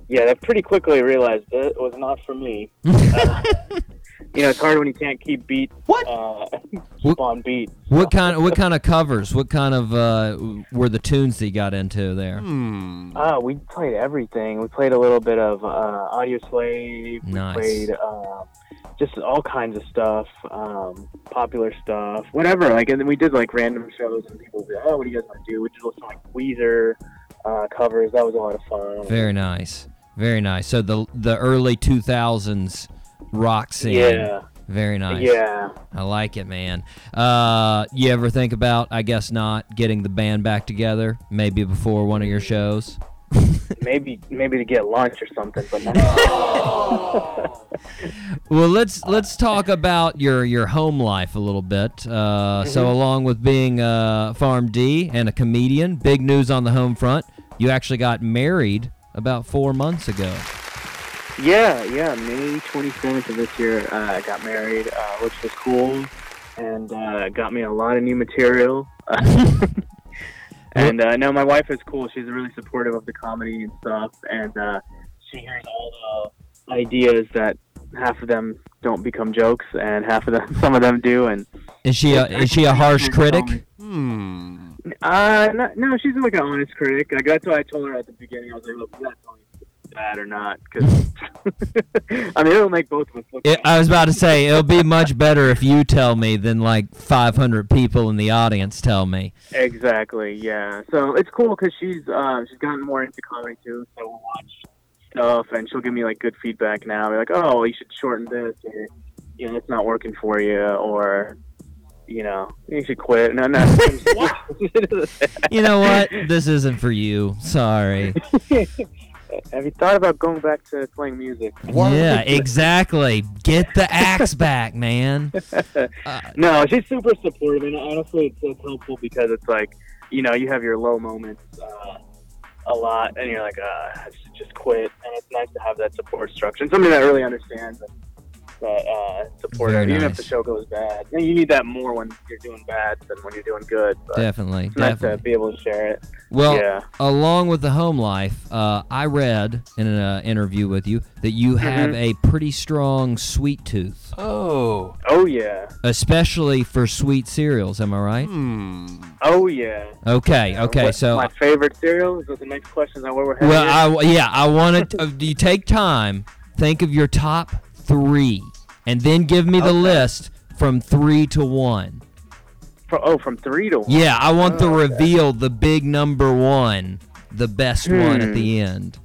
yeah, that pretty quickly realized that was not for me. Uh, you know, it's hard when you can't keep beat. What? Uh, keep on beat. What kind? What kind of covers? What kind of uh, were the tunes that you got into there? Uh, we played everything. We played a little bit of uh, Audio Slave. Nice. We played uh, just all kinds of stuff, um, popular stuff, whatever. Like, and then we did like random shows, and people would be like, "Oh, what do you guys want to do?" We did some like Weezer uh, covers. That was a lot of fun. Very nice. Very nice. So the the early two thousands rock scene. Yeah. Very nice. Yeah. I like it, man. Uh, you ever think about? I guess not. Getting the band back together, maybe before one of your shows. maybe, maybe to get lunch or something. But not. Well, let's let's talk about your your home life a little bit. Uh, So, Mhm. along with being uh, Farm D and a comedian, big news on the home front. You actually got married about four months ago. Yeah, yeah. May 27th of this year, uh, I got married, uh, which was cool, and uh, got me a lot of new material. and uh, no, my wife is cool. She's really supportive of the comedy and stuff, and uh, she hears all the ideas that half of them don't become jokes, and half of them, some of them do. And Is she a, is she a harsh critic? Hmm. uh, no, no, she's like an honest critic. Like that's why I told her at the beginning. I was like, look, you gotta tell me if it's bad or not, because I mean it'll make both of us look. It, I was about to say it'll be much better if you tell me than like 500 people in the audience tell me. Exactly. Yeah. So it's cool because she's uh, she's gotten more into comedy too. So we'll watch stuff, and she'll give me like good feedback now. Be like, oh, you should shorten this, or you know, it's not working for you, or you know, you should quit. No, no. You know what? This isn't for you. Sorry. Have you thought about going back to playing music? Yeah, exactly. Get the axe back, man. no, she's super supportive, and honestly, it's, it's helpful because it's like, you know, you have your low moments uh, a lot, and you're like, uh, I should just quit. And it's nice to have that support structure and somebody that really understands and that uh, support, Very even nice. if the show goes bad. And you need that more when you're doing bad than when you're doing good. But Definitely, it's nice to definitely. be able to share it. Well, yeah. along with the home life, uh, I read in an uh, interview with you that you have Mhm. a pretty strong sweet tooth, Oh. Oh yeah. especially for sweet cereals. Am I right? Oh yeah. Okay, okay. Hmm. What- so, my favorite cereal is the next question that where we're headed. well, I, yeah, I want to. Uh, do you take time? Think of your top three, and then give me the list from three to one. Fro- oh, from three to one. Yeah, I want the Oh, okay. reveal, the big number one, the best one at Hmm. the end.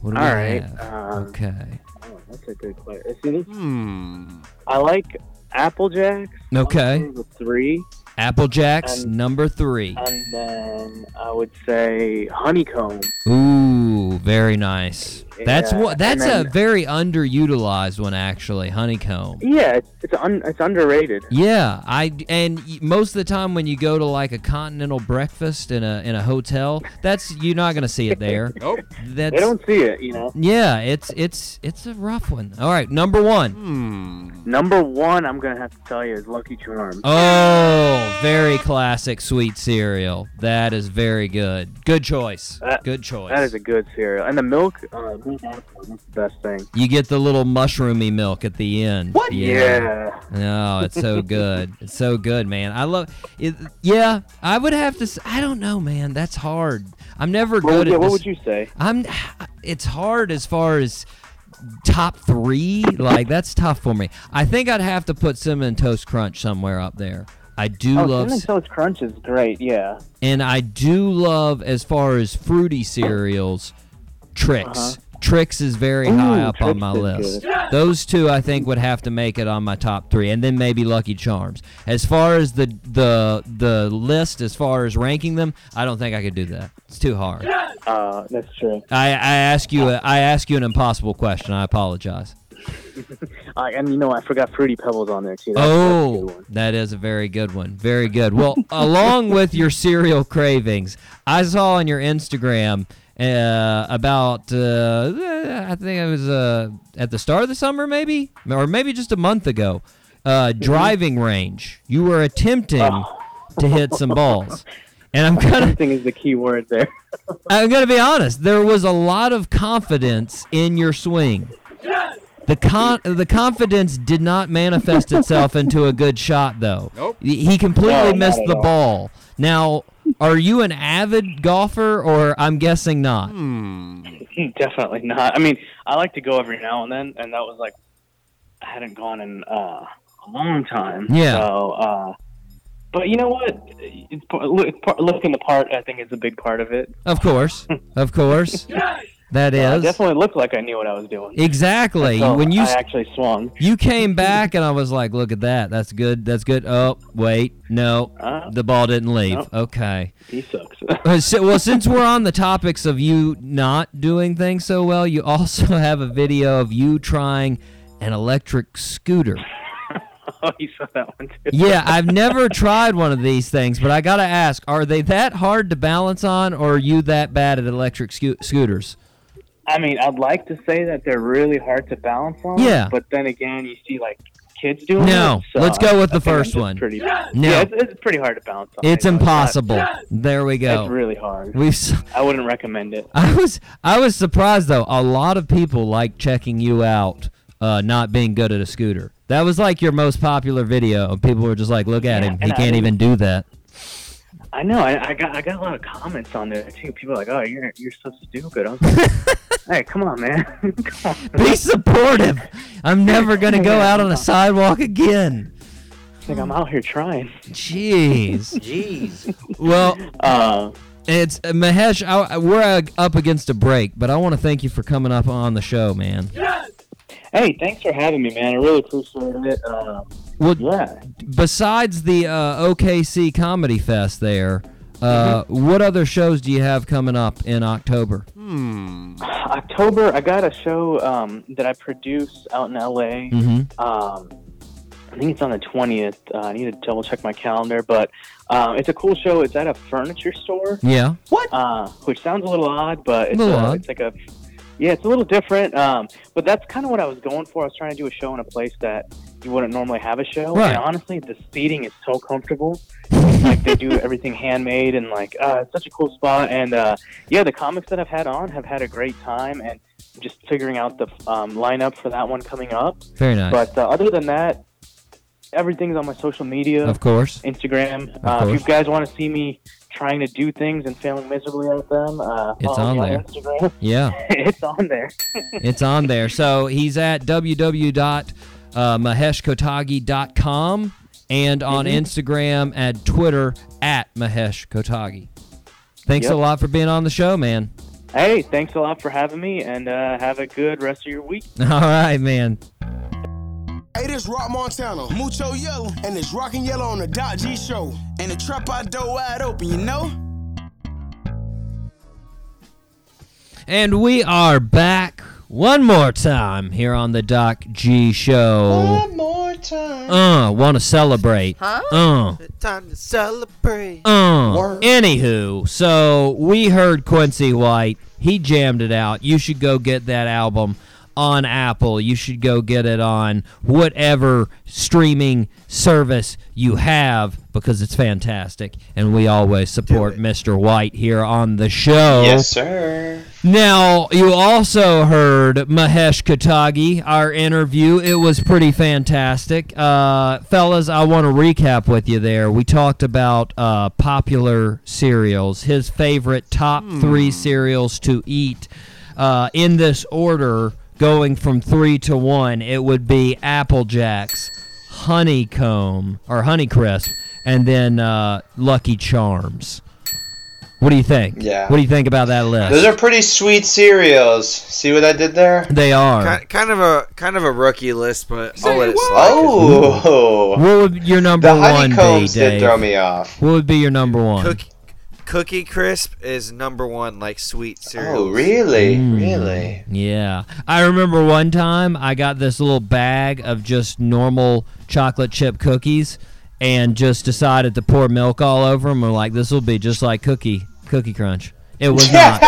What do All we right, have? um, okay. Oh, that's a good question. See this? I like Apple Jacks. Hmm. Okay. Number Three, Apple Jacks, and- number three. and then I would say Honeycomb. Ooh, very nice. That's Yeah, what. and That's a then- very underutilized one, actually. Honeycomb. Yeah, it's it's, un, it's underrated. Yeah, I and y- most of the time when you go to like a continental breakfast in a in a hotel, that's you're not gonna see it there. Nope. That's they don't see it, you know. yeah, it's it's it's a rough one. All right, number one. Hmm. Number one, I'm gonna have to tell you is Lucky Charms. Oh, very classic sweet cereal. That is very good. Good choice. That- good choice. Uh, That is a good cereal, and the milk, uh, milk apple, that's the best thing. you get the little mushroomy milk at the end. What? Yeah. No, it's so good. It's so good, man. I love it. Yeah, I would have to. s- I don't know, man. That's hard. I'm never What, good would, yeah, at what this. would you say? I'm. It's hard as far as top three, like that's tough for me. I think I'd have to put cinnamon toast crunch somewhere up there. I do oh, love, cinnamon toast crunch is great. Yeah. and I do love as far as fruity cereals, Trix. Trix is very Uh-huh. Ooh, high up on Trix my is list. good. Those two I think would have to make it on my top three, and then maybe Lucky Charms. As far as the the the list, as far as ranking them, I don't think I could do that. It's too hard. Uh, that's true. I, I ask you a, I ask you an impossible question. I apologize. Uh, and you know, I forgot fruity pebbles on there too. That's- Oh, that is a very good one. Very good. Well, along with your cereal cravings, I saw on your Instagram uh, about uh, I think it was uh, at the start of the summer, maybe, or maybe just a month ago. Uh, driving range. You were attempting to hit some balls, and I'm kind of Thing is the key word there. I'm gonna be honest. There was a lot of confidence in your swing. The con the confidence did not manifest itself into a good shot, though. Nope. He No, completely not missed at the all. ball. Now, are you an avid golfer, or I'm guessing not? Definitely not. I mean, I like to go every now and then, and that was like I hadn't gone in uh, a long time. Yeah. So, uh, but you know what? It's par- look- it's par- looking the part. I think is a big part of it. Of course, of course. That I is definitely looked like I knew what I was doing. exactly So when you I s- actually swung. you came back, and I was like, "Look at that. That's good. That's good." Oh, wait, no, the ball didn't leave. no. Okay. Uh, He sucks. Uh, si- well, since we're on the topics of you not doing things so well, you also have a video of you trying an electric scooter. oh, he saw that one too. Yeah, I've never tried one of these things, but I gotta ask: Are they that hard to balance on, or are you that bad at electric scoo- scooters? Oh I mean, I'd like to say that they're really hard to balance on. Yeah. But then again, you see like kids doing No, it, so let's go with I the think I'm first just one. Pretty, No. Yeah, it's, it's pretty hard to balance on. It's you know, not- impossible. There we go. It's really hard. We've. s- I wouldn't recommend it. I was I was surprised though. A lot of people like checking you out, uh, not being good at a scooter. That was like your most popular video. People were just like, "Look at him. He and I can't didn't- even do that." I know. I, I got I got a lot of comments on there too. People are like, "Oh, you're you're so stupid." I was like, "Hey, come on, man. come on." Be supportive. I'm never gonna go out on a sidewalk again. It's like I'm out here trying. Jeez. Jeez. Well, uh, it's uh, Mahesh. I, I- we're uh, up against a break, but I want to thank you for coming up on the show, man. Hey, thanks for having me, man. I really appreciate it. Uh, Well, yeah. Besides the uh, OKC Comedy Fest, there, uh, what other shows do you have coming up in October? October, I got a show um, that I produce out in LA. Mhm. Um, I think it's on the 20th. Uh, I need to double check my calendar, but um, it's a cool show. It's at a furniture store. Yeah. What? Uh, which sounds a little odd, but it's, Little uh, odd. it's like a yeah, it's a little different. Um, but that's kind of what I was going for. I was trying to do a show in a place that you wouldn't normally have a show. Right. And honestly, the seating is so comfortable. like they do everything handmade and like uh, it's such a cool spot. And uh, yeah, the comics that I've had on have had a great time and just figuring out the um, lineup for that one coming up. Very nice. But uh, other than that, everything's on my social media. Of course. Instagram. Of uh, If course. you guys want to see me trying to do things and failing miserably at them, uh, It's follow on me there. Instagram. Yeah. it's on there. it's on there. So he's at uh, www.maheshkotagi.com and on Mhm. Instagram and Twitter at Mahesh Kotagi. Thanks Yep. a lot for being on the show, man. Hey, thanks a lot for having me, and uh, have a good rest of your week. All right, man. Hey, this Rock Montana, Mucho Yellow, and it's Rockin' Yellow on the Dot G Show. And the trap out door wide open, you know? And we are back one more time here on the Doc G Show. more time. Uh, want to celebrate. Uh. Time to celebrate. Uh, anywho, so we heard Quincy White. He jammed it out. You should go get that album on Apple. You should go get it on whatever streaming service you have because it's fantastic. And we always support Mr. White here on the show. Yes, sir. Now, you also heard Mahesh Katagi, our interview. It was pretty fantastic. Uh, fellas, I want to recap with you there. We talked about uh, popular cereals, his favorite top three cereals to eat uh, in this order. going from three to one, it would be Apple Jacks, Honeycomb, or Honeycrisp, and then uh, Lucky Charms. What do you think? Yeah. What do you think about that list? Those are pretty sweet cereals. See what I did there? They are. Ki- kind of a kind of a rookie list, but I'll let it slide. Oh. What would your number The one be, honeycombs did Dave? throw me off. What would be your number one? Cookie, cookie crisp is number one, like sweet cereal. Oh, really? Mm, Really? Yeah. I remember one time I got this little bag of just normal chocolate chip cookies and just decided to pour milk all over them. Or like, this will be just like cookie cookie crunch. It was not.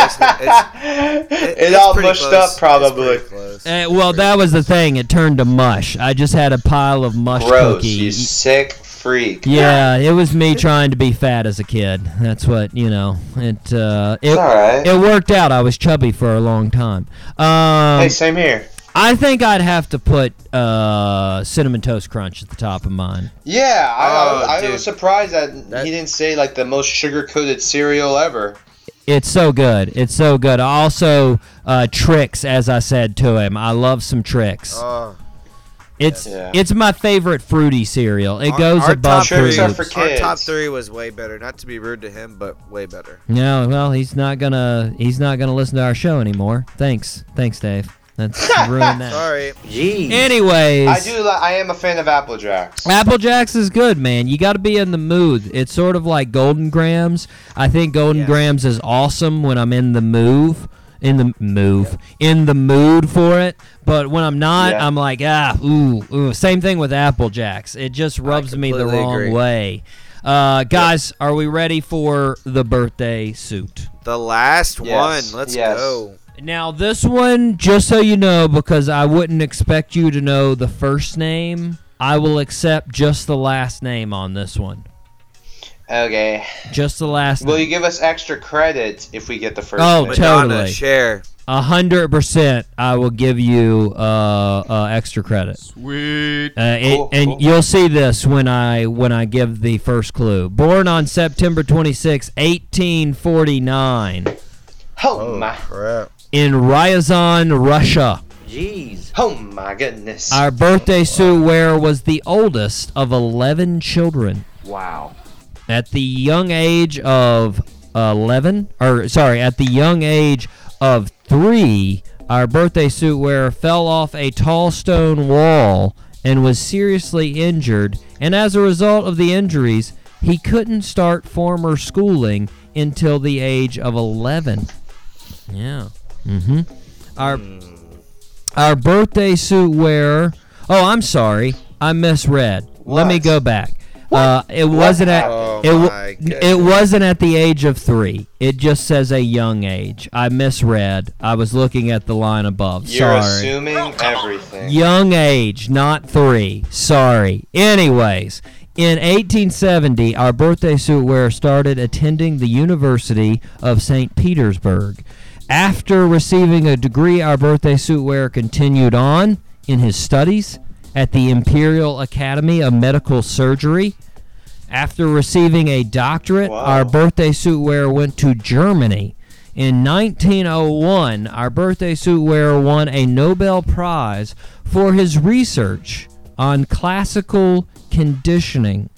it all pretty mushed close. up, probably. Eh, well, that was the thing. It turned to mush. I just had a pile of mush Gross, you cookies. sick freak. Yeah, it was me trying to be fat as a kid. That's what you know. It uh, it It's all right. it worked out. I was chubby for a long time. Um, Hey, same here. I think I'd have to put uh, cinnamon toast crunch at the top of mine. Yeah, Oh, I, I, I dude. was surprised that, he didn't say like the most sugar-coated cereal ever. It's so good. It's so good. Also, uh, tricks, as I said to him, I love some tricks. Oh. it's Yeah. it's my favorite fruity cereal. It Our- goes Uh, our above top three- fruit. Our top three was way better. Not to be rude to him, but way better. No, well, he's not gonna he's not gonna listen to our show anymore. Thanks, thanks, Dave. That's ruined that. Sorry. Jeez. Anyways. I do. Li- I am a fan of Apple Jacks. Apple Jacks is good, man. You got to be in the mood. It's sort of like Golden Grams. I think Golden Grams is awesome when I'm in the move, in the move, in the mood for it. But when I'm not, Yeah. I'm like, ah, ooh, ooh. Same thing with Apple Jacks. It just rubs me the completely wrong agree. way. Uh, guys, are we ready for the birthday suit? The last Yes, one. Let's yes. go. Now, this one, just so you know, because I wouldn't expect you to know the first name, I will accept just the last name on this one. Okay. Just the last Will name. you give us extra credit if we get the first? Oh, name? totally. share. A hundred percent. I will give you uh, uh, extra credit. Sweet. Uh, it- Cool, and cool. you'll see this when I when I give the first clue. Born on September 26, 1849, Oh, my crap. in Ryazan, Russia. Jeez. Oh my goodness. Our birthday suit wearer was the oldest of 11 children. Wow. At the young age of 11, or sorry, at the young age of 3, our birthday suit wearer fell off a tall stone wall and was seriously injured. And as a result of the injuries, he couldn't start former schooling until the age of 11. Yeah. Mm-hmm. Our our birthday suit wearer. Oh, I'm sorry, I misread. Let me go back. Uh, it wasn't at Oh it, wa- my it wasn't at the age of three. It just says a young age. I misread. I was looking at the line above. You're sorry. assuming everything. Young age, not three. Sorry. Anyways, in 1870, our birthday suit wearer started attending the University of St. Petersburg. After receiving a degree, our birthday suit wearer continued on in his studies at the Imperial Academy of Medical Surgery. After receiving a doctorate, our birthday suit wearer went to Germany. In 1901, our birthday suit wearer won a Nobel Prize for his research on classical conditioning.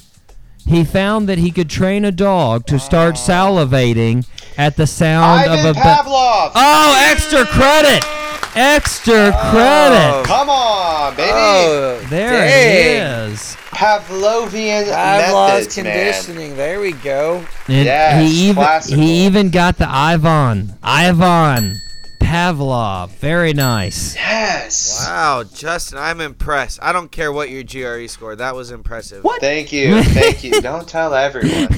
He found that he could train a dog to start salivating at the sound Ivan of a bell. Pavlov. Oh, extra credit! Extra credit! Come on, baby. Oh. Oh, there dang. it is. Pavlovian Pavlov's methods, man. conditioning. There we go. And Yes, he even classical. he even got the Ivan. Ivan Pavlov. Very nice. Yes. Wow, Justin, I'm impressed. I don't care what your GRE score. That was impressive. Thank you. Thank you. Don't tell everyone.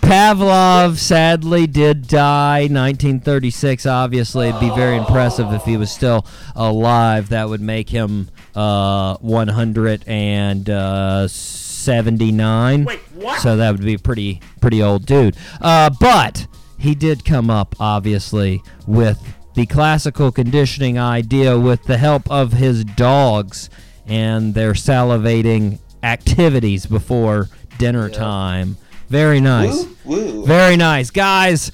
Pavlov sadly did die 1936. Obviously, it'd be very impressive if he was still alive. That would make him uh 179. Wait, what? So that would be a pretty pretty old dude. Uh, but he did come up obviously with the classical conditioning idea with the help of his dogs and their salivating activities before dinner time. Very nice. Woo, woo. Very nice. Guys,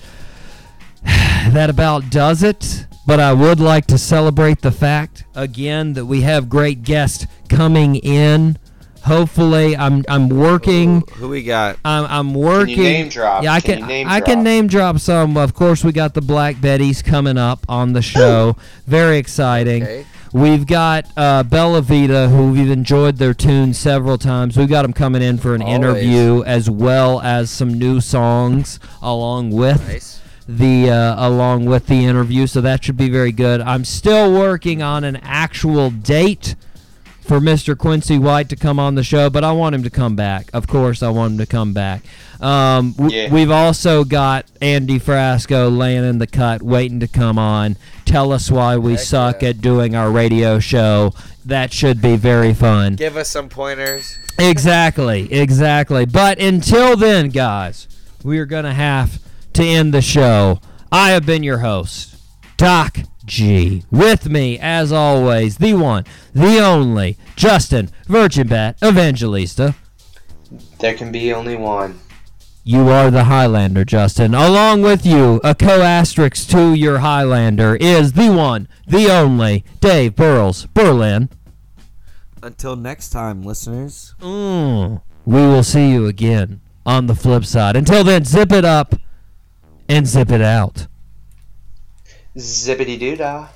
that about does it. But I would like to celebrate the fact again that we have great guests coming in. Hopefully, I'm I'm working. Who we got? I'm, I'm working. name drop? Yeah, I Can can. you name I can name drop some. Of course, we got the Black Betties coming up on the show. Very exciting. We've got uh, Bella Vita, who we've enjoyed their tunes several times. We've got them coming in for an interview as well as some new songs along with the uh, along with the interview. So that should be very good. I'm still working on an actual date for Mr. Quincy White to come on the show, but I want him to come back. Of course, I want him to come back. Um, w- Yeah. We've also got Andy Frasco laying in the cut, waiting to come on. Tell us why we suck at doing our radio show. That should be very fun. Give us some pointers. Exactly, exactly. But until then, guys, we are going to have to end the show. I have been your host, Doc G. With me, as always, the one, the only, Justin Virgin Bat Evangelista. There can be only one. You are the Highlander, Justin. Along with you, a co asterisk to your Highlander, is the one, the only, Dave Burles Berlin. Until next time, listeners. Mm. We will see you again on the flip side. Until then, zip it up and zip it out. Zippity doo dah.